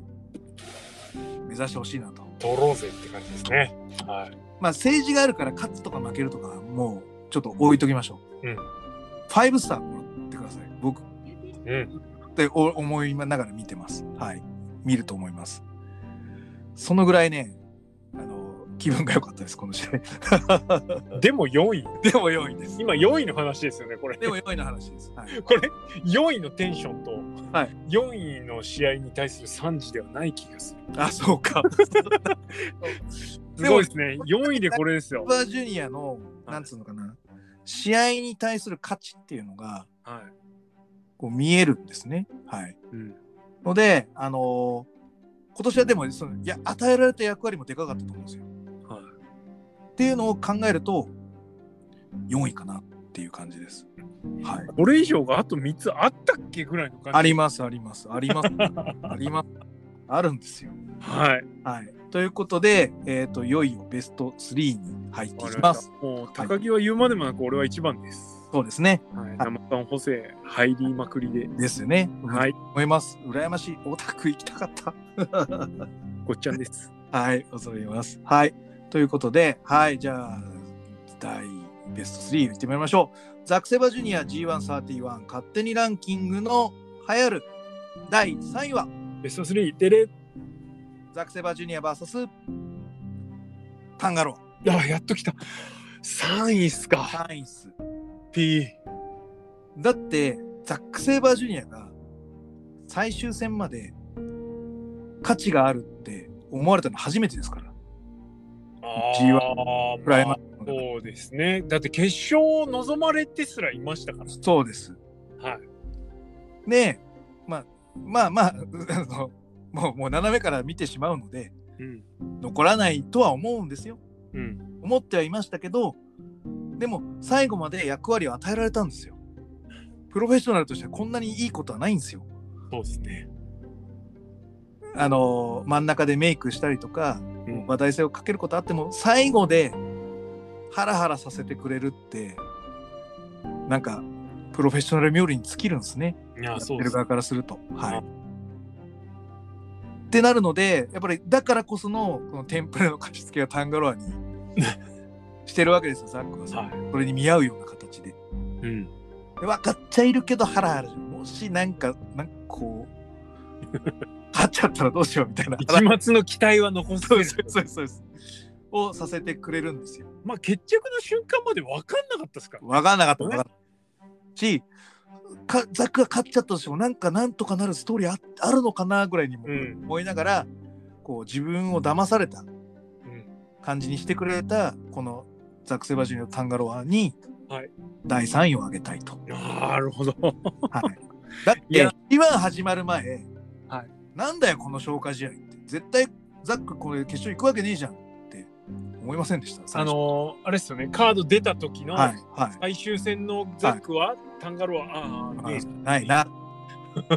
Speaker 1: 目指してほしいなと。
Speaker 2: 取ろうぜって感じですね。はい。
Speaker 1: まあ、政治があるから勝つとか負けるとかはもうちょっと置いときましょう。
Speaker 2: うん
Speaker 1: ファイブスターもらってください。僕っ
Speaker 2: うん。
Speaker 1: てお思いながら見てます。はい。見ると思います。そのぐらいね、あの、気分が良かったです、この試合。 *laughs*
Speaker 2: でも4位。
Speaker 1: でも4位です。
Speaker 2: 今4位の話ですよね、これ。 *laughs*
Speaker 1: でも4位の話です。はい。
Speaker 2: これ、4位のテンションと、
Speaker 1: はい
Speaker 2: 4位の試合に対する惨事ではない気がする。
Speaker 1: あ、そうか。
Speaker 2: すごいですね。4位でこれですよ
Speaker 1: スー。パージュニアの、なんつうのかな、試合に対する価値っていうのが、
Speaker 2: は
Speaker 1: こう見えるんですね。はい。
Speaker 2: い。うん。
Speaker 1: ので、あのー今年はでもそのいや、与えられた役割もでかかったと思うんですよ。
Speaker 2: はい。
Speaker 1: っていうのを考えると、4位かなっていう感じです。はい。
Speaker 2: これ以上があと3つあったっけぐらいの感じ。
Speaker 1: あります、あります、あり
Speaker 2: *laughs*
Speaker 1: ます、あります。あるんですよ。
Speaker 2: はい。
Speaker 1: はい。ということで、えっ、と、いよいよベスト3に入っていきます。
Speaker 2: もう高木は言うまでもなく俺は一番です。
Speaker 1: そうですね。
Speaker 2: はい。生パン補正入りまくりで。
Speaker 1: ですよね。
Speaker 2: はい。
Speaker 1: 思います。羨ましい。オタク行きたかった。
Speaker 2: ごっちゃんです。
Speaker 1: はい、恐れ入ります。はい。ということで、はい、じゃあ、第ベスト3行ってみましょう。ザックセバジュニア G131 勝手にランキングの流行る第3位は、
Speaker 2: ベスト3、デレ。
Speaker 1: ザックセバジュニア VS タンガロ
Speaker 2: あ、やっと来た。3位っす
Speaker 1: ー、
Speaker 2: か。
Speaker 1: タインス。
Speaker 2: P。
Speaker 1: だって、ザックセバージュニアが最終戦まで価値があるって思われたの初めてですから、G1
Speaker 2: あー
Speaker 1: プライマ
Speaker 2: まあ
Speaker 1: ッチの中で
Speaker 2: そうですね。だって決勝を望まれてすらいましたから。
Speaker 1: そうです。
Speaker 2: はい。
Speaker 1: で、まあ、まあまあ、 *laughs* あのもう、もう斜めから見てしまうので、
Speaker 2: うん。
Speaker 1: 残らないとは思うんですよ。
Speaker 2: うん。
Speaker 1: 思ってはいましたけど、でも、最後まで役割を与えられたんですよ。プロフェッショナルとしてはこんなにいいことはないんですよ。
Speaker 2: そうですね。
Speaker 1: あの、真ん中でメイクしたりとか、
Speaker 2: うん
Speaker 1: 話題性をかけることあっても、最後で、ハラハラさせてくれるって、なんか、プロフェッショナル冥利に尽きるんですね。
Speaker 2: いや、
Speaker 1: やっ
Speaker 2: そ
Speaker 1: て
Speaker 2: うで
Speaker 1: る
Speaker 2: す。
Speaker 1: 側からすると。はい。
Speaker 2: あ
Speaker 1: ってなるので、やっぱりだからこそのこのテンプレの貸し付けがタンガロア
Speaker 2: *laughs*
Speaker 1: にしてるわけですよ、ザックはさ。
Speaker 2: は
Speaker 1: それに見合うような形で。
Speaker 2: い。うん。
Speaker 1: で分かっちゃいるけど、ハラハラじゃん。もしなんか、なんかこう、
Speaker 2: *laughs*
Speaker 1: 勝っちゃったらどうしようみたいな。
Speaker 2: 一末の期待は残す
Speaker 1: そうです、そうです、そうです。をさせてくれるんですよ。
Speaker 2: まあ決着の瞬間まで分かんなかったですから。
Speaker 1: 分かんなかった、分かんなかった。し、かザックが勝っちゃったとしても、なんかなんとかなるストーリーああるのかなぐらいにも
Speaker 2: うん。
Speaker 1: 思いながらこう自分を騙された感じにしてくれたこのザック・セバジュニアのタンガロアに
Speaker 2: はい
Speaker 1: 第3位をあげたいと。
Speaker 2: なるほど。 *laughs*
Speaker 1: はい、だっ
Speaker 2: い
Speaker 1: て
Speaker 2: や
Speaker 1: 今始まる前、
Speaker 2: はい
Speaker 1: なんだよこの消化試合って絶対ザックこれ決勝行くわけねえじゃんって思いませんでした。
Speaker 2: あ
Speaker 1: 最初
Speaker 2: のー、あれっすよね。カード出た時の
Speaker 1: はいはい
Speaker 2: 最終戦のザックは、タンガロア、ああ、
Speaker 1: まあ
Speaker 2: ね
Speaker 1: ない
Speaker 2: *laughs*
Speaker 1: な。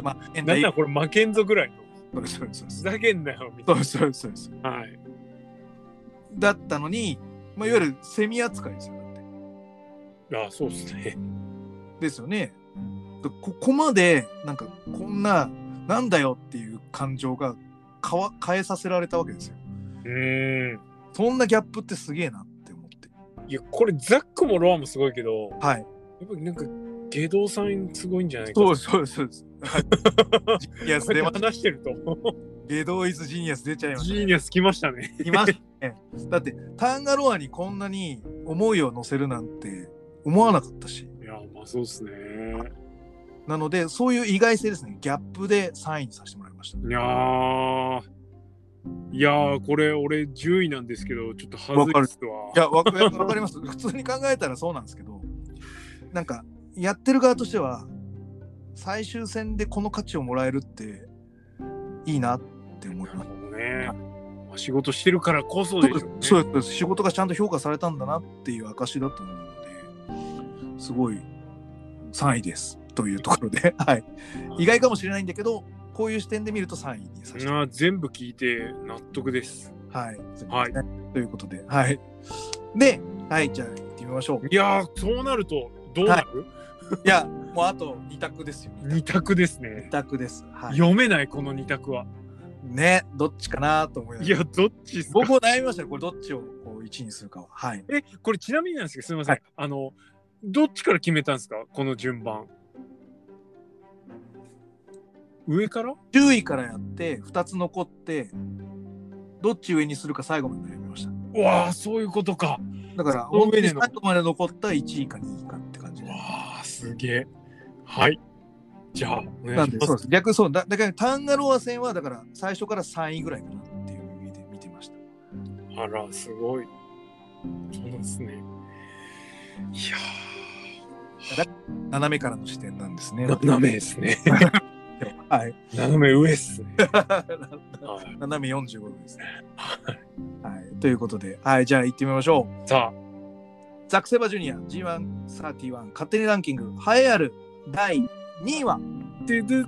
Speaker 1: まあ、
Speaker 2: え。
Speaker 1: 変
Speaker 2: なんだこれ負けんぞぐらいの。
Speaker 1: そうですそうですそうです
Speaker 2: ふざけんなよ、み
Speaker 1: そで
Speaker 2: たいうな。
Speaker 1: すそうですそうです
Speaker 2: はい。
Speaker 1: だったのに、まあ、いわゆるセミ扱いですよ。だって
Speaker 2: ああ、そうですね。
Speaker 1: ですよね。でここまでなんかこんななんだよっていう感情がかわ変えさせられたわけですよ。
Speaker 2: うーん。
Speaker 1: そんなギャップってすげえなって思って。
Speaker 2: いやこれザックもロアもすごいけどや
Speaker 1: はい。
Speaker 2: っぱりなんか芸道さんすごいんじゃないか
Speaker 1: そうですそうですそうです。
Speaker 2: *laughs*
Speaker 1: はい。いや、
Speaker 2: こう
Speaker 1: 出ま
Speaker 2: や
Speaker 1: し
Speaker 2: っ
Speaker 1: てた。
Speaker 2: 話してると
Speaker 1: ゲドイズジーニアス出ちゃいました
Speaker 2: ジーニアス来ましたね
Speaker 1: いますね。だって、タンガロアにこんなに思いを乗せるなんて思わなかったし。
Speaker 2: いやまあそうですね
Speaker 1: なので、そういう意外性ですね。ギャップで3位にさせてもらいました。
Speaker 2: いやーいやーこれ俺10位なんですけどちょっと外れすわ
Speaker 1: いや、わかわかります。 *laughs* 普通に考えたらそうなんですけど、なんか、やってる側としては、最終戦でこの価値をもらえるって、いいなって思い
Speaker 2: なる
Speaker 1: ま
Speaker 2: ほ
Speaker 1: す。
Speaker 2: どね、まあ、仕事してるからこそ
Speaker 1: そ
Speaker 2: で
Speaker 1: う
Speaker 2: し
Speaker 1: です
Speaker 2: ょね
Speaker 1: そうですそうです。仕事がちゃんと評価されたんだなっていう証だと思うので、すごい3位です。というところで、 *laughs* はい。意外かもしれないんだけど、こういう視点で見ると3位にさせて、
Speaker 2: な全部聞いて納得です
Speaker 1: はい。
Speaker 2: はい
Speaker 1: ということで、はい。で、はい、じゃあ行ってみましょう。
Speaker 2: いやーそうなるとどうなる、
Speaker 1: いや、もうあと2択ですよ。
Speaker 2: 二択です
Speaker 1: 二
Speaker 2: ね、
Speaker 1: 択です。はい。
Speaker 2: 読めないこの二択は
Speaker 1: ね、どっちかなと思いま
Speaker 2: い
Speaker 1: す。
Speaker 2: やどっちっすか
Speaker 1: 僕も悩みましたね。これどっちをこう1にするかは。はい。
Speaker 2: えこれちなみになんですけどすみません、
Speaker 1: は
Speaker 2: あのどっちから決めたんですかこの順番上から
Speaker 1: 10位からやって、2つ残って、どっち上にするか最後まで悩みました。
Speaker 2: うわあそういうことか
Speaker 1: だから、
Speaker 2: その
Speaker 1: 本当
Speaker 2: 上
Speaker 1: に
Speaker 2: で
Speaker 1: 最
Speaker 2: の
Speaker 1: 後まで残った1位か2位かって感じで。
Speaker 2: わあすげえはいじゃあお
Speaker 1: な
Speaker 2: 願い
Speaker 1: ん
Speaker 2: し
Speaker 1: で、
Speaker 2: ま
Speaker 1: そう
Speaker 2: す
Speaker 1: です。逆にそうだ。だから、タンガロア戦は、だから、最初から3位ぐらいかなっていう意味で見てました。
Speaker 2: あらすごいそうなんですねいや
Speaker 1: 斜めからの視点なんですね。
Speaker 2: ー斜めですね
Speaker 1: はい。
Speaker 2: *laughs*
Speaker 1: *laughs*
Speaker 2: 斜め上っすねはい
Speaker 1: 斜め45度ですね。はい。ということで、はい、じゃあ行ってみましょう。
Speaker 2: さ
Speaker 1: ザック・セバジュニア G131 勝手にランキング栄えある第2位は、
Speaker 2: あでで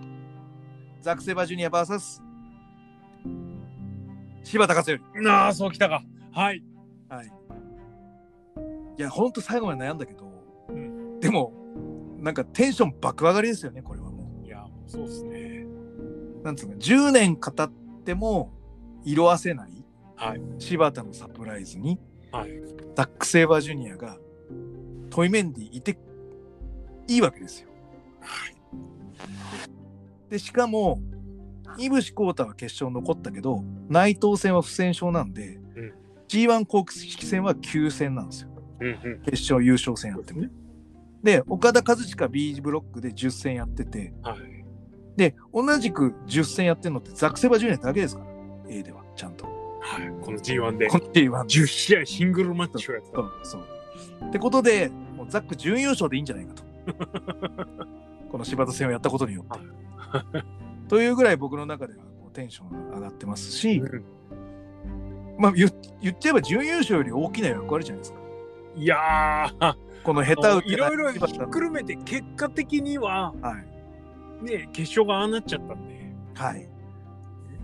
Speaker 1: ザック・セバジュニア VS 柴田勝頼。
Speaker 2: なあそうきたかはい
Speaker 1: はい。いや、ほんと最後まで悩んだけど、
Speaker 2: ん
Speaker 1: でも、なんかテンション爆上がりですよね、これはもう。
Speaker 2: いやそうですね
Speaker 1: なんつうの、10年語っても色あせない、
Speaker 2: はい
Speaker 1: 柴田のサプライズに、
Speaker 2: はい
Speaker 1: ザック・セイバージュニアがトイメンディいていいわけですよ。で、しかも、井伏浩太は決勝残ったけど、内藤戦は不戦勝なんで、
Speaker 2: ん
Speaker 1: G1 公式戦は9戦なんですよ。
Speaker 2: うんうん
Speaker 1: 決勝優勝戦やっても。
Speaker 2: ね
Speaker 1: で、岡田和親 B ブロックで10戦やってて、
Speaker 2: はい
Speaker 1: で、同じく10戦やってるのってザクセバジュニアだけですから、A では、ちゃんと。
Speaker 2: はいこの G1 で
Speaker 1: この G1
Speaker 2: 10試合シングルマッチをやった
Speaker 1: そうそう。ってことで、もうザック準優勝でいいんじゃない
Speaker 2: *laughs*
Speaker 1: かと。この柴田戦をやったことによって。 *laughs* というぐらい僕の中ではこうテンション上がってますし、まあ言っ言っちゃえば準優勝より大きな役割じゃないですか。
Speaker 2: いやー
Speaker 1: この下手打ち
Speaker 2: いろいろひ
Speaker 1: 柴
Speaker 2: っ
Speaker 1: 田
Speaker 2: くるめて結果的には
Speaker 1: はい。
Speaker 2: ね決勝がああなっちゃったんで
Speaker 1: はい。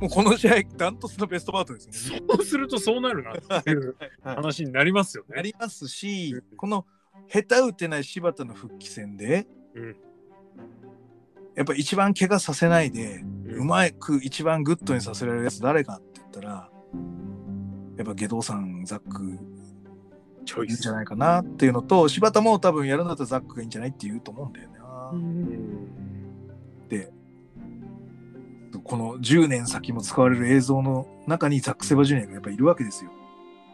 Speaker 1: もうこの試合、ダントツのベストバウトですね。
Speaker 2: そうするとそうなるなっていう
Speaker 1: はい
Speaker 2: 話になりますよ
Speaker 1: あ
Speaker 2: ね。
Speaker 1: りますし
Speaker 2: う、ん
Speaker 1: この下手打てない柴田の復帰戦で、
Speaker 2: うん
Speaker 1: やっぱ一番怪我させないで、
Speaker 2: う
Speaker 1: うまく一番グッドにさせられるやつ誰かって言ったら、やっぱ下道さん、ザック
Speaker 2: チョ
Speaker 1: い
Speaker 2: イ
Speaker 1: いんじ
Speaker 2: ス
Speaker 1: ゃ。ないかなっていうのと、柴田も多分やるんだったらザックがいいんじゃないって言うと思うんだよな。
Speaker 2: うん
Speaker 1: この10年先も使われる映像の中にザック・セバジュニアがやっぱいるわけですよ。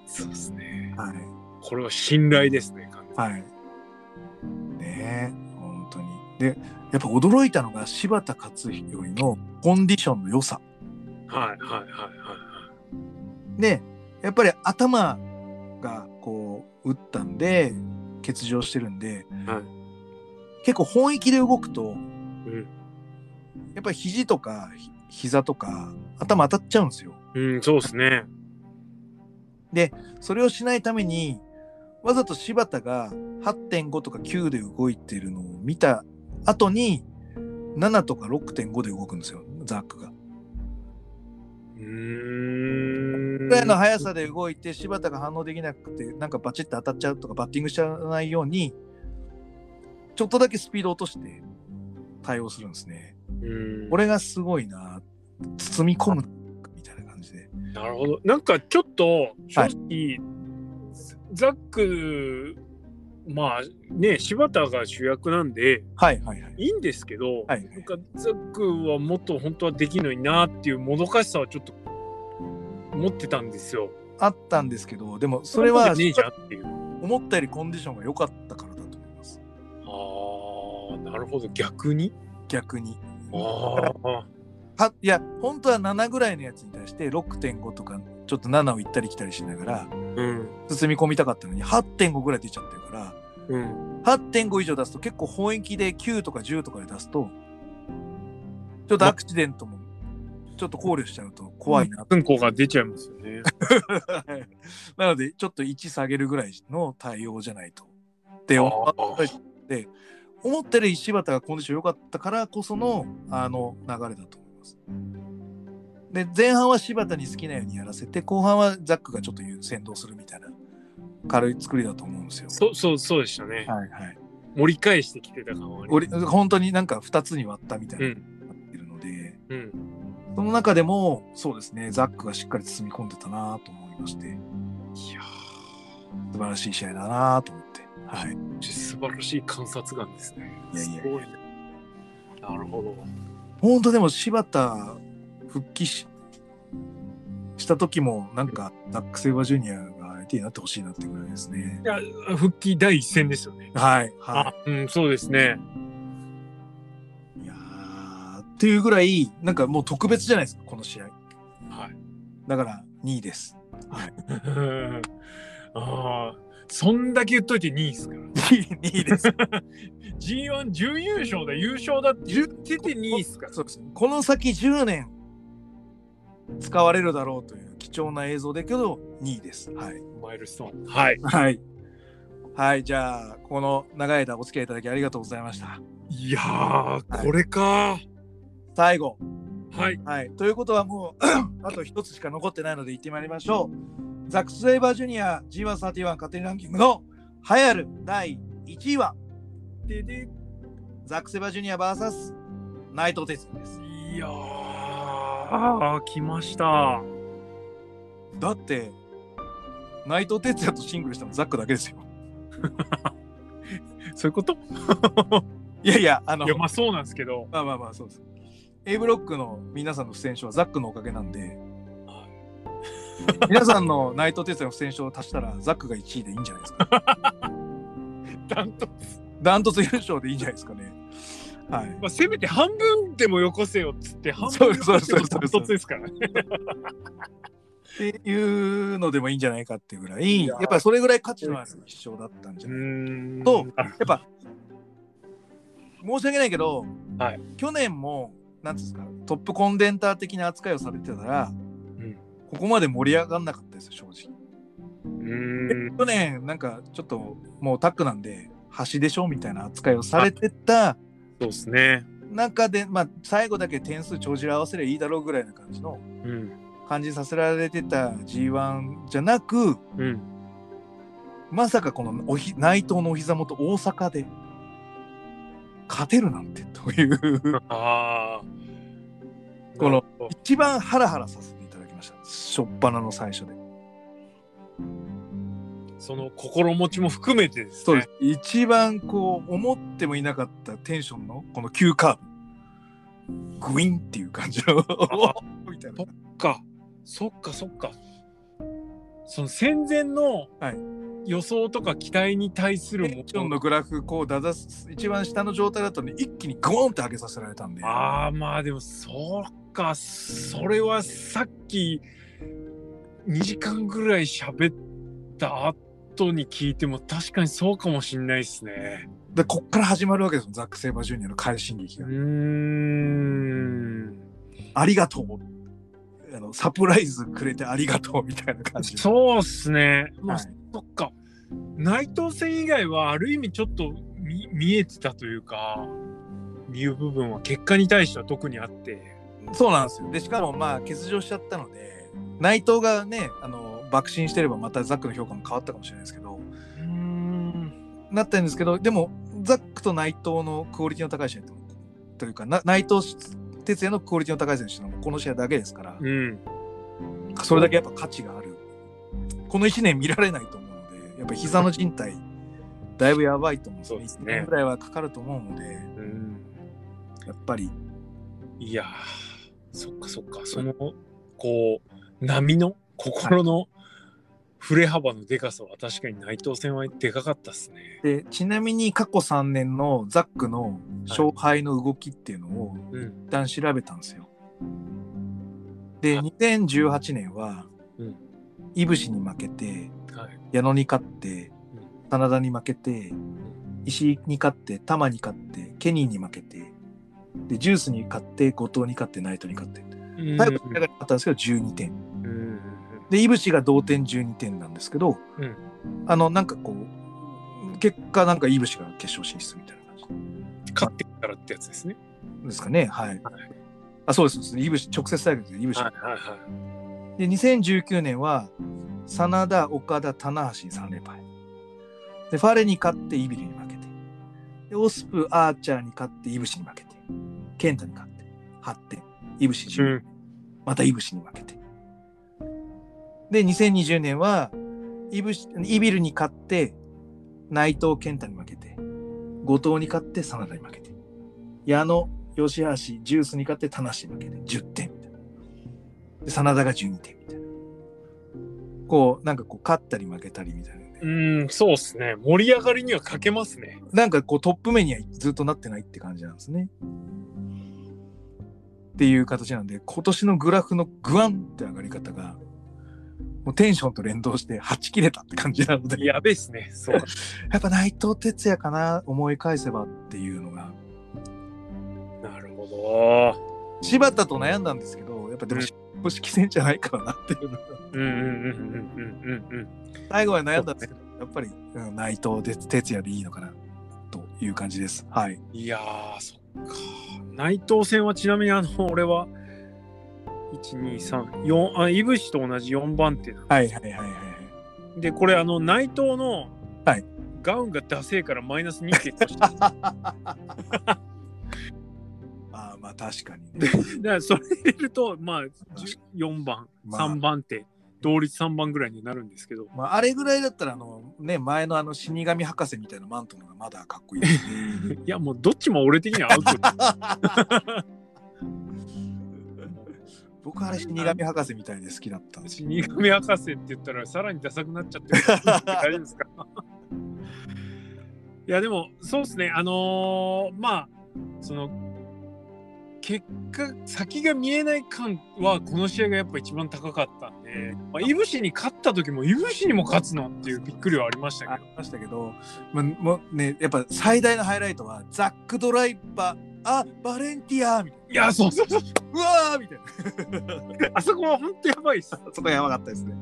Speaker 2: そうですね。
Speaker 1: はい。
Speaker 2: これは信頼ですね。完全に
Speaker 1: はい。ねえ、本当に。で、やっぱ驚いたのが柴田勝頼のコンディションの良さ。
Speaker 2: はいはいはいは
Speaker 1: で、やっぱり頭がこう打ったんで、欠場してるんで、
Speaker 2: いはい。はい。
Speaker 1: 結構本域で動くと、
Speaker 2: うん
Speaker 1: やっぱり肘とかひ膝とか頭当たっちゃうんですよ。
Speaker 2: うん、そうですね。
Speaker 1: それをしないために、わざと柴田が8.5とか9で動いてるのを見た後に、7とか6.5で動くんですよ、ザックが。
Speaker 2: うー
Speaker 1: ぐ
Speaker 2: ん。
Speaker 1: らいの速さで動いて、柴田が反応できなくて、なんかバチッと当たっちゃうとか、バッティングしちゃわないように、ちょっとだけスピード落として対応するんですね。
Speaker 2: うん
Speaker 1: これがすごいな、包み込むみたいな感じで。
Speaker 2: なるほど。なんかちょっと正直、ザックまあね柴田が主役なんで
Speaker 1: はいはいはい。
Speaker 2: いいんですけど、
Speaker 1: はい
Speaker 2: なんかザックはもっと本当はできるのになっていうもどかしさはちょっと持ってたんですよ。
Speaker 1: あったんですけど、でもそれは
Speaker 2: ねえじゃんっていう。
Speaker 1: 思ったよりコンディションが良かったからだと思います。
Speaker 2: ああなるほど逆に。
Speaker 1: 逆に。
Speaker 2: ああ
Speaker 1: はいや、本当は7ぐらいのやつに対して6.5とか、ちょっと7を行ったり来たりしながら、
Speaker 2: うん
Speaker 1: 包み込みたかったのに8.5ぐらい出ちゃってるから、
Speaker 2: うん。
Speaker 1: 8.5以上出すと結構本域で9とか10とかで出すと、ちょっとアクシデントもちょっと考慮しちゃうと怖いな。
Speaker 2: うんこが出ちゃいますよね。
Speaker 1: *laughs* なので、ちょっと1下げるぐらいの対応じゃないと。って
Speaker 2: あ
Speaker 1: 思
Speaker 2: ー
Speaker 1: 思ったより柴田がコンディション良かったからこそのあの流れだと思います。で、前半は柴田に好きなようにやらせて、後半はザックがちょっと先導するみたいな軽い作りだと思うんですよ。
Speaker 2: そうそうそうでしたね。
Speaker 1: はいはい。
Speaker 2: 盛り返してきてた感はありま
Speaker 1: 俺
Speaker 2: す。
Speaker 1: 本当になんか2つに割ったみたいな
Speaker 2: う
Speaker 1: に
Speaker 2: ん
Speaker 1: なってるので、
Speaker 2: うん。
Speaker 1: その中でもそうですねザックがしっかり包み込んでたなと思いまして
Speaker 2: いやー
Speaker 1: 素晴らしい試合だなと思ってはい
Speaker 2: 素晴らしい観察眼ですね。
Speaker 1: いやいやいや
Speaker 2: すごいねなるほど。
Speaker 1: 本当でも柴田復帰しした時もなんかザック・セイバージュニアが相手になってほしいなってぐらいですね
Speaker 2: いや復帰第一戦ですよね。
Speaker 1: はい
Speaker 2: あ
Speaker 1: は、
Speaker 2: うん、そうですね。
Speaker 1: いいやーっていうぐらいなんかもう特別じゃないですかこの試合
Speaker 2: はい。
Speaker 1: だから2位 *laughs* です
Speaker 2: ああ、そんだけ言っといて2位ですから。
Speaker 1: 2位です
Speaker 2: G1 準優勝だ、優勝だって言ってて2位ですから。
Speaker 1: そうですこの先10年使われるだろうという貴重な映像だけど2位ですはい
Speaker 2: マイルストーン。はい。
Speaker 1: はい。はい、じゃあ、この長い間お付き合いいただきありがとうございました。
Speaker 2: いやー、これか。
Speaker 1: 最後。
Speaker 2: はい。
Speaker 1: はい。ということはもう、 *clears throat* あと一つしか残ってないので行ってまいりましょう。ザックス・ウェイバージュニア G131 勝手にランキングの栄えある第1位は、
Speaker 2: でで
Speaker 1: ザックス・ウェイバージュニア VS 内藤哲也です。
Speaker 2: いやー、来ました。
Speaker 1: だって、内藤哲也とシングルしたのザックだけですよ。
Speaker 2: そういうこと
Speaker 1: いやいや、あの
Speaker 2: いや、、まあそうなんですけど。
Speaker 1: まあまあまあ、そうです。A ブロックの皆さんの不戦勝はザックのおかげなんで、皆さんの内藤哲也の不戦勝を足したら、ザックが1位でいいんじゃないですか。
Speaker 2: ダント
Speaker 1: ダントツ優勝でいいんじゃないですかね。はい。
Speaker 2: まあ、せめて半分でもよこせよっつって半
Speaker 1: そう
Speaker 2: 分
Speaker 1: そうそうそう
Speaker 2: 一つですからね。
Speaker 1: っていうのでもいいんじゃないかっていうぐらい、
Speaker 2: い
Speaker 1: や
Speaker 2: や
Speaker 1: っぱりそれぐらい価値のある一勝だったんじゃない
Speaker 2: ん
Speaker 1: と
Speaker 2: あ
Speaker 1: やっぱ、申し訳ないけど、
Speaker 2: はい
Speaker 1: 去年も、なんていうんですか、トップコンデンター的な扱いをされてたら、
Speaker 2: ん
Speaker 1: ここまで盛り上がんなかったですよ、正直。
Speaker 2: うん
Speaker 1: 去年なんかちょっともうタックなんで端でしょみたいな扱いをされてた
Speaker 2: そうですね。
Speaker 1: 中で、まあ、最後だけ点数帳尻合わせりゃいいだろうぐらいな感じの
Speaker 2: うん
Speaker 1: 感じさせられてた G1 じゃなく
Speaker 2: うん。
Speaker 1: まさかこのおひ内藤のお膝元大阪で勝てるなんてという
Speaker 2: ああ。
Speaker 1: この
Speaker 2: なるほど
Speaker 1: 一番ハラハラさせていただきました初っ端の最初で
Speaker 2: その心持ちも含めてですね。
Speaker 1: そうです、一番こう思ってもいなかったテンションのこの急カーブグインっていう感じ
Speaker 2: *laughs*
Speaker 1: のみたいな
Speaker 2: か。そっかそっか。その戦前の
Speaker 1: はい
Speaker 2: 予想とか期待に対する
Speaker 1: テ
Speaker 2: も
Speaker 1: ンションのグラフこうだだす一番下の状態だったのに一気にゴーンって上げさせられたんで
Speaker 2: ああまあでもそっかそれはさっき2時間ぐらい喋った後に聞いても確かにそうかもしんないですね。
Speaker 1: でこっから始まるわけですよザック・セイバージュニアの快進撃
Speaker 2: う
Speaker 1: が、
Speaker 2: ーん
Speaker 1: ありがとうあのサプライズくれてありがとうみたいな感じう、
Speaker 2: そうっすね。まあ、
Speaker 1: はい
Speaker 2: そっか内藤戦以外はある意味ちょっと見見えてたというかいう部分は結果に対しては特にあって。
Speaker 1: そうなんですよでしかもまあ欠場しちゃったので内藤がねあの爆心してればまたザックの評価も変わったかもしれないですけど
Speaker 2: うーん
Speaker 1: なったんですけどでもザックと内藤のクオリティの高い試合とというかな内藤哲也のクオリティの高い選手のこの試合だけですから、
Speaker 2: うん
Speaker 1: それだけやっぱ価値がある。この1年見られないと思うので、やっぱ膝の靭帯、だいぶやばいと思うん
Speaker 2: そうですね
Speaker 1: 1年ぐらいはかかると思うので、
Speaker 2: うん
Speaker 1: やっぱり、
Speaker 2: いやーそっかそっかそのこう波の心の振れ幅のでかさは確かに内藤戦はでかかったっすね。
Speaker 1: でちなみに過去3年のザックの勝敗の動きっていうのを
Speaker 2: うん
Speaker 1: 一旦調べたんですよ。で、2018年は
Speaker 2: うん、
Speaker 1: いぶしに負けて、
Speaker 2: はい
Speaker 1: 矢野に勝って、真田に負けて、石井に勝って、玉に勝って、ケニーに負けて、で、ジュースに勝って、後藤に勝って、ナイトに勝って。
Speaker 2: うん
Speaker 1: 最後、に勝ったんですけど、12点。
Speaker 2: うんうん
Speaker 1: で、いぶしが同点12点なんですけど、
Speaker 2: うん
Speaker 1: あの、なんかこう、結果、なんかいぶしが決勝進出みたいな感じ。
Speaker 2: 勝ってからってやつですね。
Speaker 1: ですかね。はい。
Speaker 2: はい
Speaker 1: あ、そうですそうです。いぶし、直接対決で、いぶし。
Speaker 2: はいはいはい。
Speaker 1: で、2019年は、真田、岡田、棚橋に3連敗。で、ファレに勝って、イビリに負けて。で、オスプ、アーチャーに勝って、イブシに負けて。ケンタに勝って、8点。イブシ10、
Speaker 2: うん
Speaker 1: またイブシに負けて。で、2020年は、イブシイビルに勝って、内藤健太に負けて、後藤に勝って、真田に負けて、矢野、吉橋、ジュースに勝って、田無に負けて、10点みたいな。で、真田が12点みたいな。こう、なんかこう、勝ったり負けたりみたいなね、
Speaker 2: うん、そうっすね。盛り上がりには欠けますね。
Speaker 1: なんかこう、トップ目にはずっとなってないって感じなんですね。っていう形なんで、今年のグラフのグワンって上がり方が、もうテンションと連動して、はち切れたって感じなので。
Speaker 2: やべえっすね。そう。
Speaker 1: やっぱ内藤哲也かな思い返せばっていうのが
Speaker 2: なるほど。
Speaker 1: 柴田と悩んだんですけどやっぱでも
Speaker 2: うん
Speaker 1: 公式戦じゃないからなっていうのが
Speaker 2: うんうんうんうんうんうんうん。
Speaker 1: 最後は悩んだんですけどやっぱり、うん内藤哲哲也でいいのかなという感じですはい
Speaker 2: いやー、そっか。内藤戦はちなみにあの、俺は、1、2、3、4、あ、いぶしと同じ4番手なの
Speaker 1: はいはいはいはい
Speaker 2: で、これあの、内藤の、
Speaker 1: はい
Speaker 2: ガウンがダセえからマイナス2って言ってほしい *laughs* だか
Speaker 1: ああまあ確かにね
Speaker 2: *laughs* らそれ入れると、まあ、4番、
Speaker 1: まあ
Speaker 2: 3番手、同率3番ぐらいになるんですけど、
Speaker 1: まああれぐらいだったらあのね前のあの死神博士みたいなマントのがまだかっこいいですね
Speaker 2: いや、もうどっちも俺的にはアウトです。
Speaker 1: 僕あれ死神博士みたいで好きだったんですよ
Speaker 2: 死神博士って言ったらさらにダサくなっちゃってる大丈夫ですかいやでもそうですねあのーまあその結果先が見えない感はこの試合がやっぱ一番高かったんで、まあ、いぶしに勝った時もいぶしにも勝つのっていうびっくりはありました
Speaker 1: あ
Speaker 2: け
Speaker 1: りましたけど、まあもうね、やっぱ最大のハイライトはザック・ドライバー、あバレンティアみたい
Speaker 2: どいやそうそうそう
Speaker 1: な、うわーみたいな、
Speaker 2: あそこは本当やばいっす
Speaker 1: そこやばかったですね。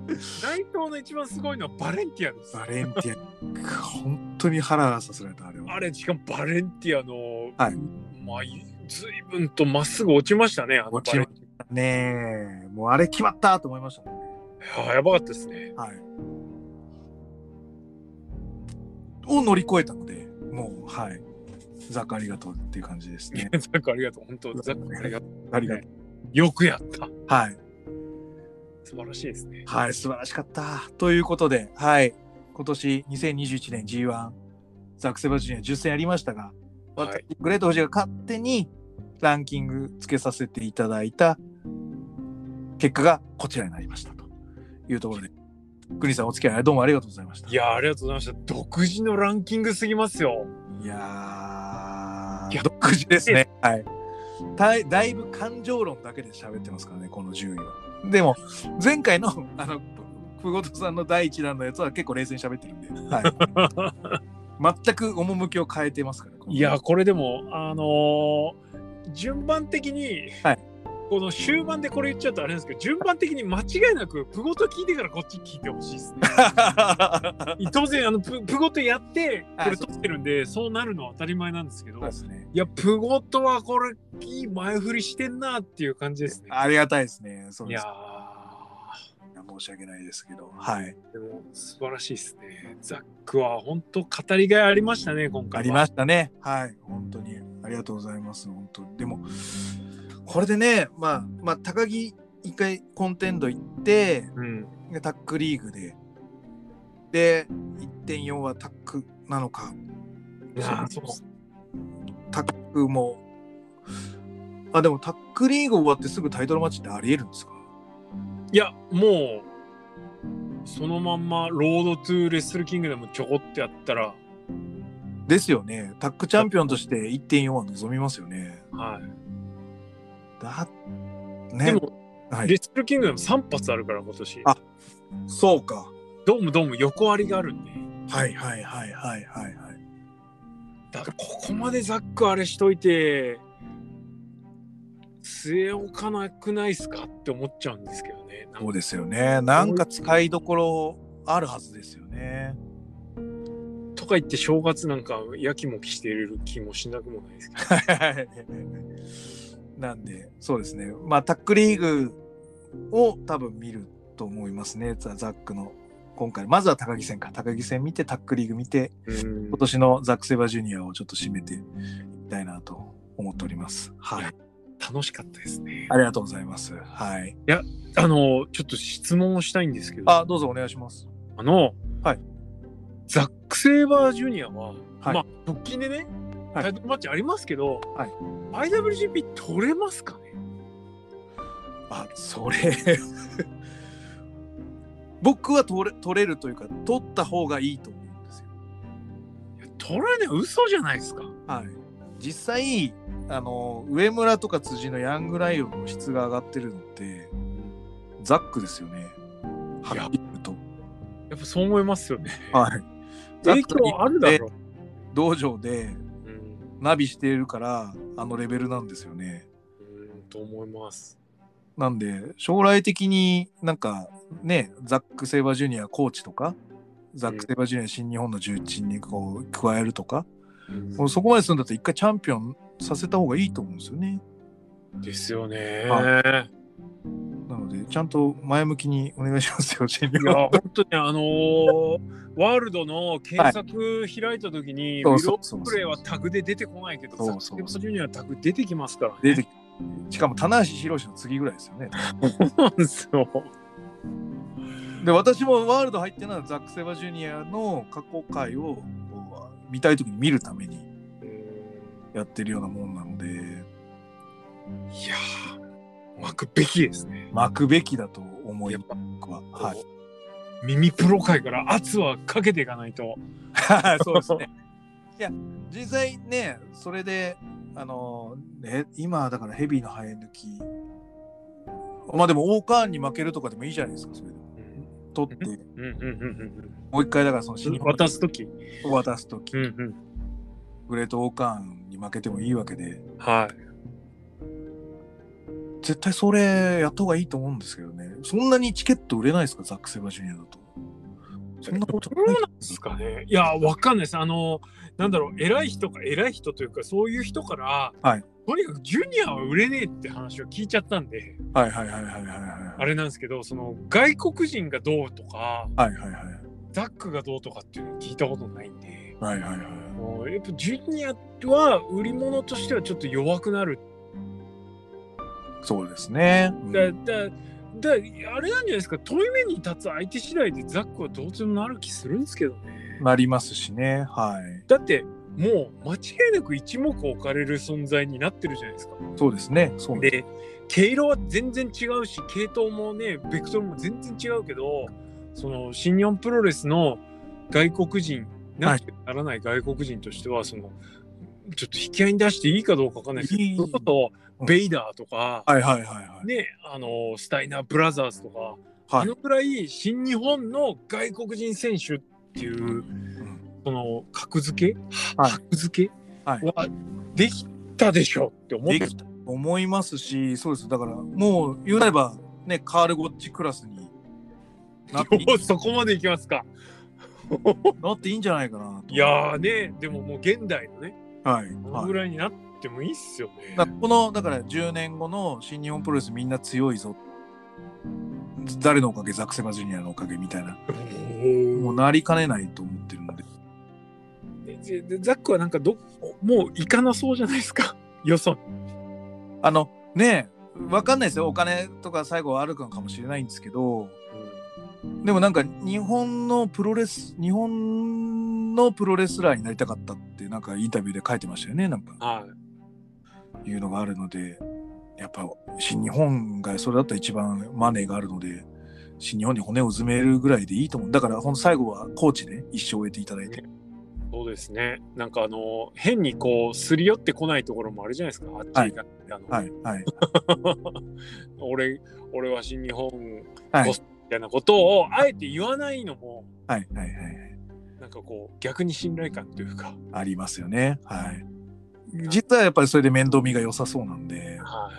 Speaker 2: 内藤の一番すごいのはバレンティアです
Speaker 1: バレンティア、本当にハラハラさせられた、あれは。
Speaker 2: あれしかもバレンティアの、
Speaker 1: はい
Speaker 2: まあずいぶんとまっすぐ落ちましたねあの
Speaker 1: 落ちま
Speaker 2: バレンティア
Speaker 1: ねえ、もうあれ決まったと思いましたね。
Speaker 2: いややばかったですね。。
Speaker 1: はい。を乗り越えたので、もう、はい。ザックありがとうっていう感じですね
Speaker 2: ザックありがとう。本当ザックありがとう。
Speaker 1: ありがとう。
Speaker 2: よくやった。
Speaker 1: はい。
Speaker 2: 素晴らしいですね。
Speaker 1: はい、素晴らしかった。ということで、はい、今年2021年 G1、ザック・セバスチュニア10戦やりましたが、
Speaker 2: はい
Speaker 1: 私グレート・フジが勝手にランキングつけさせていただいた結果がこちらになりましたというところで、グリーンさんお付き合いどうもありがとうございました。
Speaker 2: いやーありがとうございました。独自のランキングすぎますよ。
Speaker 1: いやー
Speaker 2: いや
Speaker 1: 独自ですね。はい。だだいぶ感情論だけで喋ってますからね、この10位は。でも、前回の、 *laughs* あの、久保田さんの第一弾のやつは結構冷静に喋ってるんで、 *laughs* はい、全く趣を変えてますから。
Speaker 2: いやーこれでもあのー順番的に、
Speaker 1: はい
Speaker 2: この終盤でこれ言っちゃうとあれなんですけど順番的に間違いなくプゴト聞いてからこっち聞いてほしいで
Speaker 1: *laughs*
Speaker 2: すね。当然あのププゴトやってこれ撮ってるんでそうなるのは当たり前なんですけ
Speaker 1: *laughs*
Speaker 2: ど
Speaker 1: そうですね。
Speaker 2: いやプゴトはこれいい前振りしてんなっていう感じですね。
Speaker 1: ありがたいですね。そう
Speaker 2: い
Speaker 1: で
Speaker 2: や
Speaker 1: す。
Speaker 2: ー
Speaker 1: 申し訳ないですけど、はい。
Speaker 2: でも素晴らしいですね。ザックは本当語りがいありましたね、今回は。
Speaker 1: ありましたね。はい。本当に。ありがとうございます。本当に。でも、これでね、まあ、まあ、高木一回コンテンド行って、
Speaker 2: うん。
Speaker 1: タックリーグで、で、1.4はタックなのか、
Speaker 2: ああ、
Speaker 1: そ
Speaker 2: そううっす。
Speaker 1: タックも、あ、でもタックリーグ終わってすぐタイトルマッチってあり得るんですか
Speaker 2: いや、もう、そのまんま、ロードトゥーレッスルキングでもちょこってやったら、
Speaker 1: ですよね。タックチャンピオンとして1.4は望みますよね。
Speaker 2: は
Speaker 1: だ、
Speaker 2: い。
Speaker 1: ね
Speaker 2: で。も、
Speaker 1: はい
Speaker 2: レッスルキングでも3発あるから、今年。
Speaker 1: あそうか。
Speaker 2: どうもどうも横割りがあるんで。
Speaker 1: はいはいはいはいはいはい。
Speaker 2: だから、ここまでざっくあれしといて、据え置かなくないっすかって思っちゃうんですけどね。なん
Speaker 1: そう
Speaker 2: か
Speaker 1: ですよね。なんか使いどころあるはずですよね。 *laughs*
Speaker 2: とか言って、正月なんか、やきもきしてる気もしなくもないですけど。
Speaker 1: なんで、そうですね。まあ、タックリーグを多分見ると思いますね。ザ・ザックの今回。まずは高木戦か。高木戦見て、タックリーグ見て、
Speaker 2: うん
Speaker 1: 今年のザック・セバジュニアをちょっと締めていきたいなと思っております。はい。
Speaker 2: 楽しかったですね。
Speaker 1: ありがとうございます。はい。
Speaker 2: あの、ちょっと質問をしたいんですけど。
Speaker 1: あ、どうぞお願いします。
Speaker 2: あの、
Speaker 1: はい
Speaker 2: ザック・セイバージュニアは、
Speaker 1: はい
Speaker 2: まあ、直近でね、
Speaker 1: はい
Speaker 2: タイトルマッチありますけど、
Speaker 1: は
Speaker 2: IWGP 取れますかね
Speaker 1: あ、それ。 *laughs* 僕は取れ取れるというか、取った方がいいと思うんですよ。
Speaker 2: いや取れない、嘘じゃないですか。
Speaker 1: はい、実際あの上村とか辻のヤングライオンの質が上がってるのってザックですよね。はっきり言うと。
Speaker 2: やっぱそう思いますよね。
Speaker 1: *laughs* はい、ザ
Speaker 2: 影
Speaker 1: ック
Speaker 2: 響あるだ
Speaker 1: で
Speaker 2: ろう。
Speaker 1: 道場で
Speaker 2: うん、
Speaker 1: ナビしているからあのレベルなんですよね。
Speaker 2: うんと思います。
Speaker 1: なんで将来的になんかねザック・セイバージュニアコーチとかザック・セイバージュニア新日本の重鎮にこう加えるとか、もうそこまでするんだったら一回チャンピオンさせた方がいいと思うんですよね。
Speaker 2: ですよね。
Speaker 1: なので、ちゃんと前向きにお願いしますよ、チェン
Speaker 2: *laughs* いや、本当にあのーワールドの検索開いたときに、
Speaker 1: そう
Speaker 2: ウィル・
Speaker 1: そう
Speaker 2: オ
Speaker 1: そうそう
Speaker 2: スプレイはタグで出てこないけど、
Speaker 1: そうそう
Speaker 2: ザックセイバージュニアはタグ出てきますからね。
Speaker 1: 出てきしかも、棚橋宏の次ぐらいですよね。
Speaker 2: そうなんですよ。
Speaker 1: で、私もワールド入ってないザック・セイバージュニアの過去回をこう見たいときに見るためにやってるようなもんなので、
Speaker 2: いやー、巻くべきですね。
Speaker 1: 巻くべきだと思い
Speaker 2: やっぱ
Speaker 1: 僕は。はい。
Speaker 2: 耳プロ界から圧はかけていかないと。
Speaker 1: *laughs* そうですね。いや、実際ね、それで、あの、ね、今、だからヘビーの生え抜き、まあでも、オーカーンに負けるとかでもいいじゃないですか、それでも。取って、
Speaker 2: うんうんうん
Speaker 1: もう一回、だから、その
Speaker 2: う
Speaker 1: 新
Speaker 2: ん
Speaker 1: 日
Speaker 2: うん。
Speaker 1: 本
Speaker 2: 渡すとき。う
Speaker 1: を渡すとき、
Speaker 2: んうん。
Speaker 1: グレートオーカーンに負けてもいいわけで、
Speaker 2: は
Speaker 1: 絶対それやった方がいいと思うんですけどね。そんなにチケット売れないですか、ザック・セイバージュニアだと。
Speaker 2: い。
Speaker 1: そんなこと
Speaker 2: どうなんですかね。いや、わかんないです。あの、なんだろう、偉い人か偉い人というか、そういう人から、
Speaker 1: はい
Speaker 2: とにかくジュニアは売れねえって話を聞いちゃったんで、
Speaker 1: はいはいはいはいはいはい。
Speaker 2: あれなんですけど、その外国人がどうとか、
Speaker 1: はいはいはい。
Speaker 2: ザックがどうとかっていうのを聞いたことないんで。
Speaker 1: はいはいはい。
Speaker 2: もうやっぱジュニアは売り物としてはちょっと弱くなる。
Speaker 1: そうですね。うん
Speaker 2: だだだあれなんじゃないですか、問い目に立つ相手次第でザックはどうとでもなる気するんですけどね。
Speaker 1: なりますしね。はい。
Speaker 2: だってもう間違いなく一目置かれる存在になってるじゃないですか。
Speaker 1: そうですね。そうです
Speaker 2: で、毛色は全然違うし、系統もね、ベクトルも全然違うけど、その新日本プロレスの外国人、なくてならない外国人としては、その、ちょっと引き合いに出していいかどうかわかんないですけ
Speaker 1: いい
Speaker 2: ど、ちょっとベイダーとか、
Speaker 1: はいはいはいはい。
Speaker 2: ね、あのスタイナーブラザーズとか、
Speaker 1: は
Speaker 2: あ
Speaker 1: い
Speaker 2: のくらい新日本の外国人選手っていう、その格付け、
Speaker 1: はい
Speaker 2: 格付け
Speaker 1: はい
Speaker 2: はできたでしょって思って
Speaker 1: できた思いますし、そうです。だから、もう言うなれば、ね、カール・ゴッチクラスになっていい
Speaker 2: *laughs* そこまでいきますか。
Speaker 1: なっていいんじゃないかなと。
Speaker 2: いやーね、でももう現代のね、
Speaker 1: はい。
Speaker 2: こ
Speaker 1: は
Speaker 2: の
Speaker 1: い
Speaker 2: ぐらいになってもいいっすよね。
Speaker 1: だからこのだから10年後の新日本プロレスみんな強いぞ誰のおかげザクセバジュニアのおかげみたいなも
Speaker 2: お
Speaker 1: う
Speaker 2: ー
Speaker 1: なりかねないと思ってるので
Speaker 2: *laughs* ででザックは *laughs* なんかどもう行かなそうじゃないですか、よそに。
Speaker 1: あのねえわかんないですよ。お金とか最後歩くのかもしれないんですけど、でもなんか日本のプロレス、日本のプロレスラーになりたかったってなんかインタビューで書いてましたよね。なんか
Speaker 2: はい。
Speaker 1: いうのがあるので、やっぱ新日本がそれだったら一番マネーがあるので、新日本に骨を詰めるぐらいでいいと思う。だからほんと最後はコーチで一生終えていただいて。
Speaker 2: そうですね。なんかあの、変にこう、すり寄ってこないところもあるじゃないですか。あっち行かないあの
Speaker 1: はい、はい、
Speaker 2: *laughs* 俺、俺は新日本
Speaker 1: はい、
Speaker 2: みたいなことを、あえて言わないのも、
Speaker 1: はい、はい、はい。
Speaker 2: なんかこう、逆に信頼感というか。
Speaker 1: ありますよね。はい。実はやっぱりそれで面倒見が良さそうなんで、
Speaker 2: は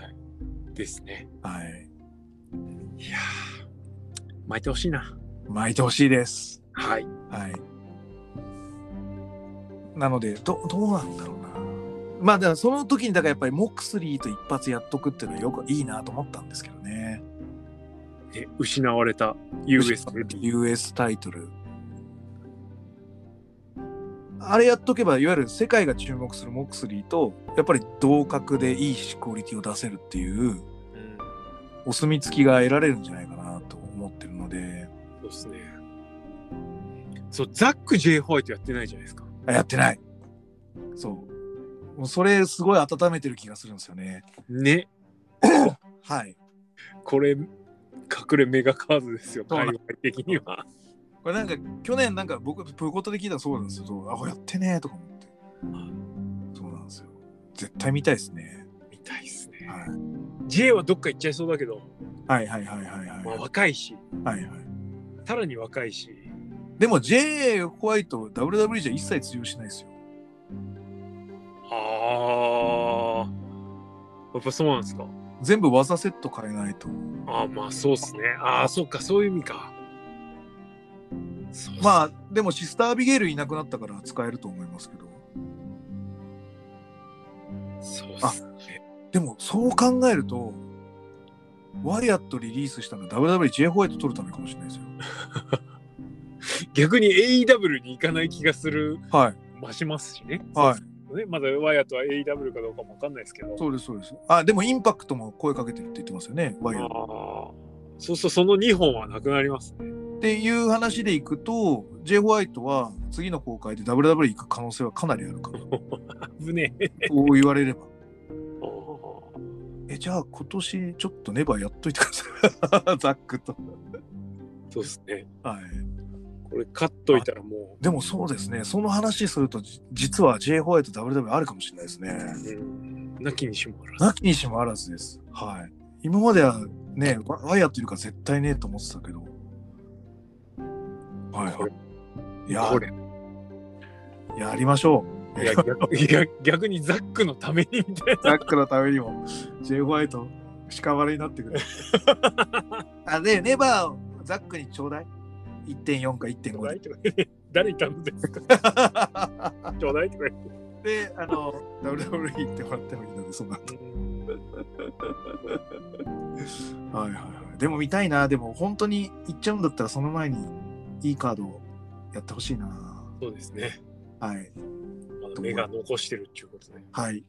Speaker 2: い。ですね。
Speaker 1: はい。
Speaker 2: いやー巻いてほしいな。
Speaker 1: 巻いてほしいです。
Speaker 2: はい。
Speaker 1: はい。なので、どどうなんだろうな。まあ、だからその時に、だからやっぱりモクスリーと一発やっとくっていうのはよくいいなと思ったんですけどね。
Speaker 2: ね、失われた US レディ
Speaker 1: US タイトル。あれやっとけば、いわゆる世界が注目するモクスリーと、やっぱり同格でいいしクオリティを出せるっていう、
Speaker 2: うん
Speaker 1: お墨付きが得られるんじゃないかなと思ってるので、
Speaker 2: そうですね。そう、ザック・ J ・ホワイトやってないじゃないですか。
Speaker 1: あやってない。そう。もうそれ、すごい温めてる気がするんですよね。
Speaker 2: ね、
Speaker 1: はい。
Speaker 2: これ、隠れメガカードですよ、
Speaker 1: そうな
Speaker 2: 界
Speaker 1: ん
Speaker 2: 隈的には。
Speaker 1: これなんか去年なんか僕プーコットで聞いたらそうなんですよ。そうあ、これやってねーとか思って。そうなんですよ。絶対見たいですね。
Speaker 2: みたいですね。
Speaker 1: はい
Speaker 2: J はどっか行っちゃいそうだけど、
Speaker 1: はいはいはいはいはい。
Speaker 2: まあ、
Speaker 1: は
Speaker 2: 若いし、
Speaker 1: いはい、
Speaker 2: さらに若いし、
Speaker 1: でも J. ホワイト WWE じゃ一切通用しないですよ。
Speaker 2: ああ、やっぱそうなんですか。
Speaker 1: 全部技セット変えないと。
Speaker 2: ああ、まあそうですね。ああ、そっか、そういう意味か。
Speaker 1: ま
Speaker 2: あ、
Speaker 1: あでもシスター・アビゲールいなくなったから使えると思いますけど。
Speaker 2: そうっすね。
Speaker 1: でもそう考えると、ワイアットリリースしたの WWE J. ホワイト取るためかもしれないですよ。
Speaker 2: 逆に AEW に行かない気がする、
Speaker 1: はい。
Speaker 2: 増しますしね。
Speaker 1: はい
Speaker 2: そうっすね、まだワイヤとは AEW かどうかもわかんないですけど。
Speaker 1: そうですそうです。あ、でもインパクトも声かけてるって言ってますよね、ワイアット。
Speaker 2: ああそうそう、その2本はなくなりますね。
Speaker 1: っていう話でいくと、ジェイ・ホワイトは次の公開で WWE 行く可能性はかなりある
Speaker 2: *laughs*
Speaker 1: から、
Speaker 2: 危ねえ。
Speaker 1: そう言われれば。
Speaker 2: あー
Speaker 1: え、じゃあ今年ちょっとネバーやっといてください。 *laughs* ザックと。
Speaker 2: そうですね。
Speaker 1: はい。
Speaker 2: これ、買っといたらも
Speaker 1: でもそうですね、その話すると、じ実は J. ホワイト WWE あるかもしれないですね。
Speaker 2: う、うん、なきにしもあらず。
Speaker 1: なきにしもあらずです。はい。今まではね、ワワイヤーというか絶対ねえと思ってたけど。はい
Speaker 2: こ
Speaker 1: は
Speaker 2: れ
Speaker 1: い。いや
Speaker 2: こ、れ
Speaker 1: やりましょう。
Speaker 2: いや逆いや逆にザックのためにみたい
Speaker 1: ザックのためにも、ジェイ・ホワイト、屍になってくれ。あ、で、ネバーをザックにちょうだい。1.4か
Speaker 2: な
Speaker 1: 1.5で。
Speaker 2: *laughs* 誰いたんで
Speaker 1: *laughs*
Speaker 2: すかちょうだいとか言って
Speaker 1: で、あの、WWE 行ってもらってもいいので、そんな。はいはいはい。でも見たいな、でも本当に行っちゃうんだったら、その前にいいカードをやってほしいな。
Speaker 2: そうですね
Speaker 1: はい。
Speaker 2: まだ目が残してるっていうことで
Speaker 1: はい。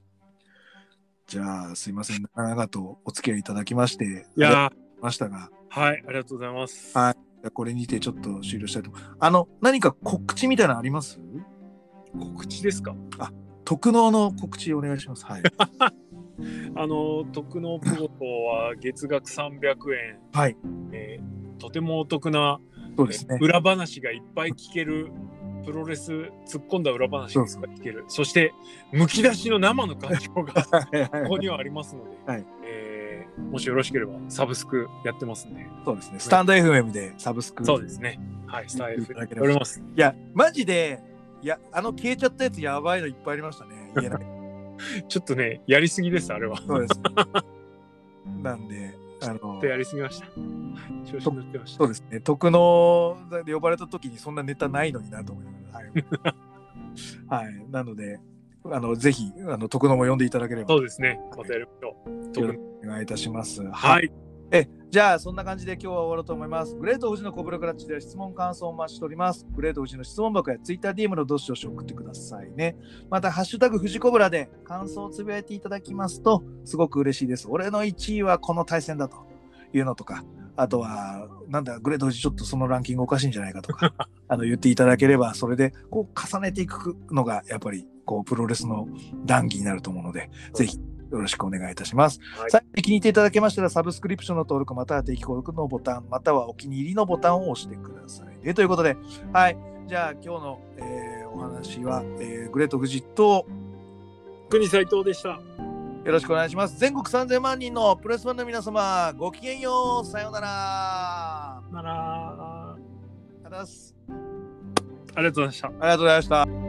Speaker 1: じゃあ、すいません。長々とお付き合いいただきまして、ありがとう
Speaker 2: い
Speaker 1: ござ
Speaker 2: や
Speaker 1: いましたが。
Speaker 2: ーはいありがとうございます
Speaker 1: はいじゃあこれにてちょっと終了したいと思います。あの、何か告知みたいなのあります
Speaker 2: 告知ですか
Speaker 1: 特納の告知お願いします。はい。
Speaker 2: あの特納プロトは月額300円、
Speaker 1: はい。
Speaker 2: えーとてもお得な、
Speaker 1: *laughs* そうですね。
Speaker 2: 裏話がいっぱい聞けるプロレス突っ込んだ裏話がいっぱい聞けるそしてむき出しの生の感情が
Speaker 1: *laughs* はいはい
Speaker 2: こ
Speaker 1: は
Speaker 2: こ
Speaker 1: い
Speaker 2: にはありますので、
Speaker 1: はい
Speaker 2: えーもしよろしければサブスクやってますんで、
Speaker 1: *laughs* そうですね。スタンド FM でサブスク。
Speaker 2: そうですね。はい、スタイル
Speaker 1: いただけれ
Speaker 2: や
Speaker 1: ば
Speaker 2: ります。
Speaker 1: いや、マジで、いや、あの消えちゃったやつやばいのいっぱいありました *laughs* ね。言えない。
Speaker 2: ちょっとね、やりすぎです、あれは。
Speaker 1: そうです。なんで、あの、
Speaker 2: やりすぎました。はい調子に乗ってまし
Speaker 1: そ
Speaker 2: た
Speaker 1: う。ですね。特納で呼ばれた時にそんなネタないのになと思いながら。 *laughs* はい。はい。なので、あの、ぜひ、あの、特納も呼んでいただければ
Speaker 2: そうですね。またやりましょう。
Speaker 1: お願いいたします。。
Speaker 2: はいい。
Speaker 1: え、じゃあ、そんな感じで今日は終わろうと思います。グレート富士のコブラクラッチでは質問、感想をお待ちしております。グレート富士の質問箱や TwitterDM のどしどし送ってくださいね。また、ハッシュタグ富士コブラで感想をつぶやいていただきますと、すごく嬉しいです。俺の1位はこの対戦だというのとか、あとは、なんだ、グレート富士ちょっとそのランキングおかしいんじゃないかとか、あの言っていただければ、それでこう重ねていくのが、やっぱりこうプロレスの談義になると思うので、ぜひよろしくお願いいたします。
Speaker 2: はい
Speaker 1: 最後に気に入っていただけましたら、サブスクリプションの登録、または定期購読のボタン、またはお気に入りのボタンを押してくださいね。ということで、はい。じゃあ、今日の、えーお話は、えーグレートフジと
Speaker 2: 国斎藤でした。
Speaker 1: よろしくお願いします。全国3000万人のプロレスファンの皆様、ごきげんよう。さようなら。
Speaker 2: なら、
Speaker 1: あ
Speaker 2: あ
Speaker 1: りがとうございます
Speaker 2: りがとうございました。
Speaker 1: ありがとうございました。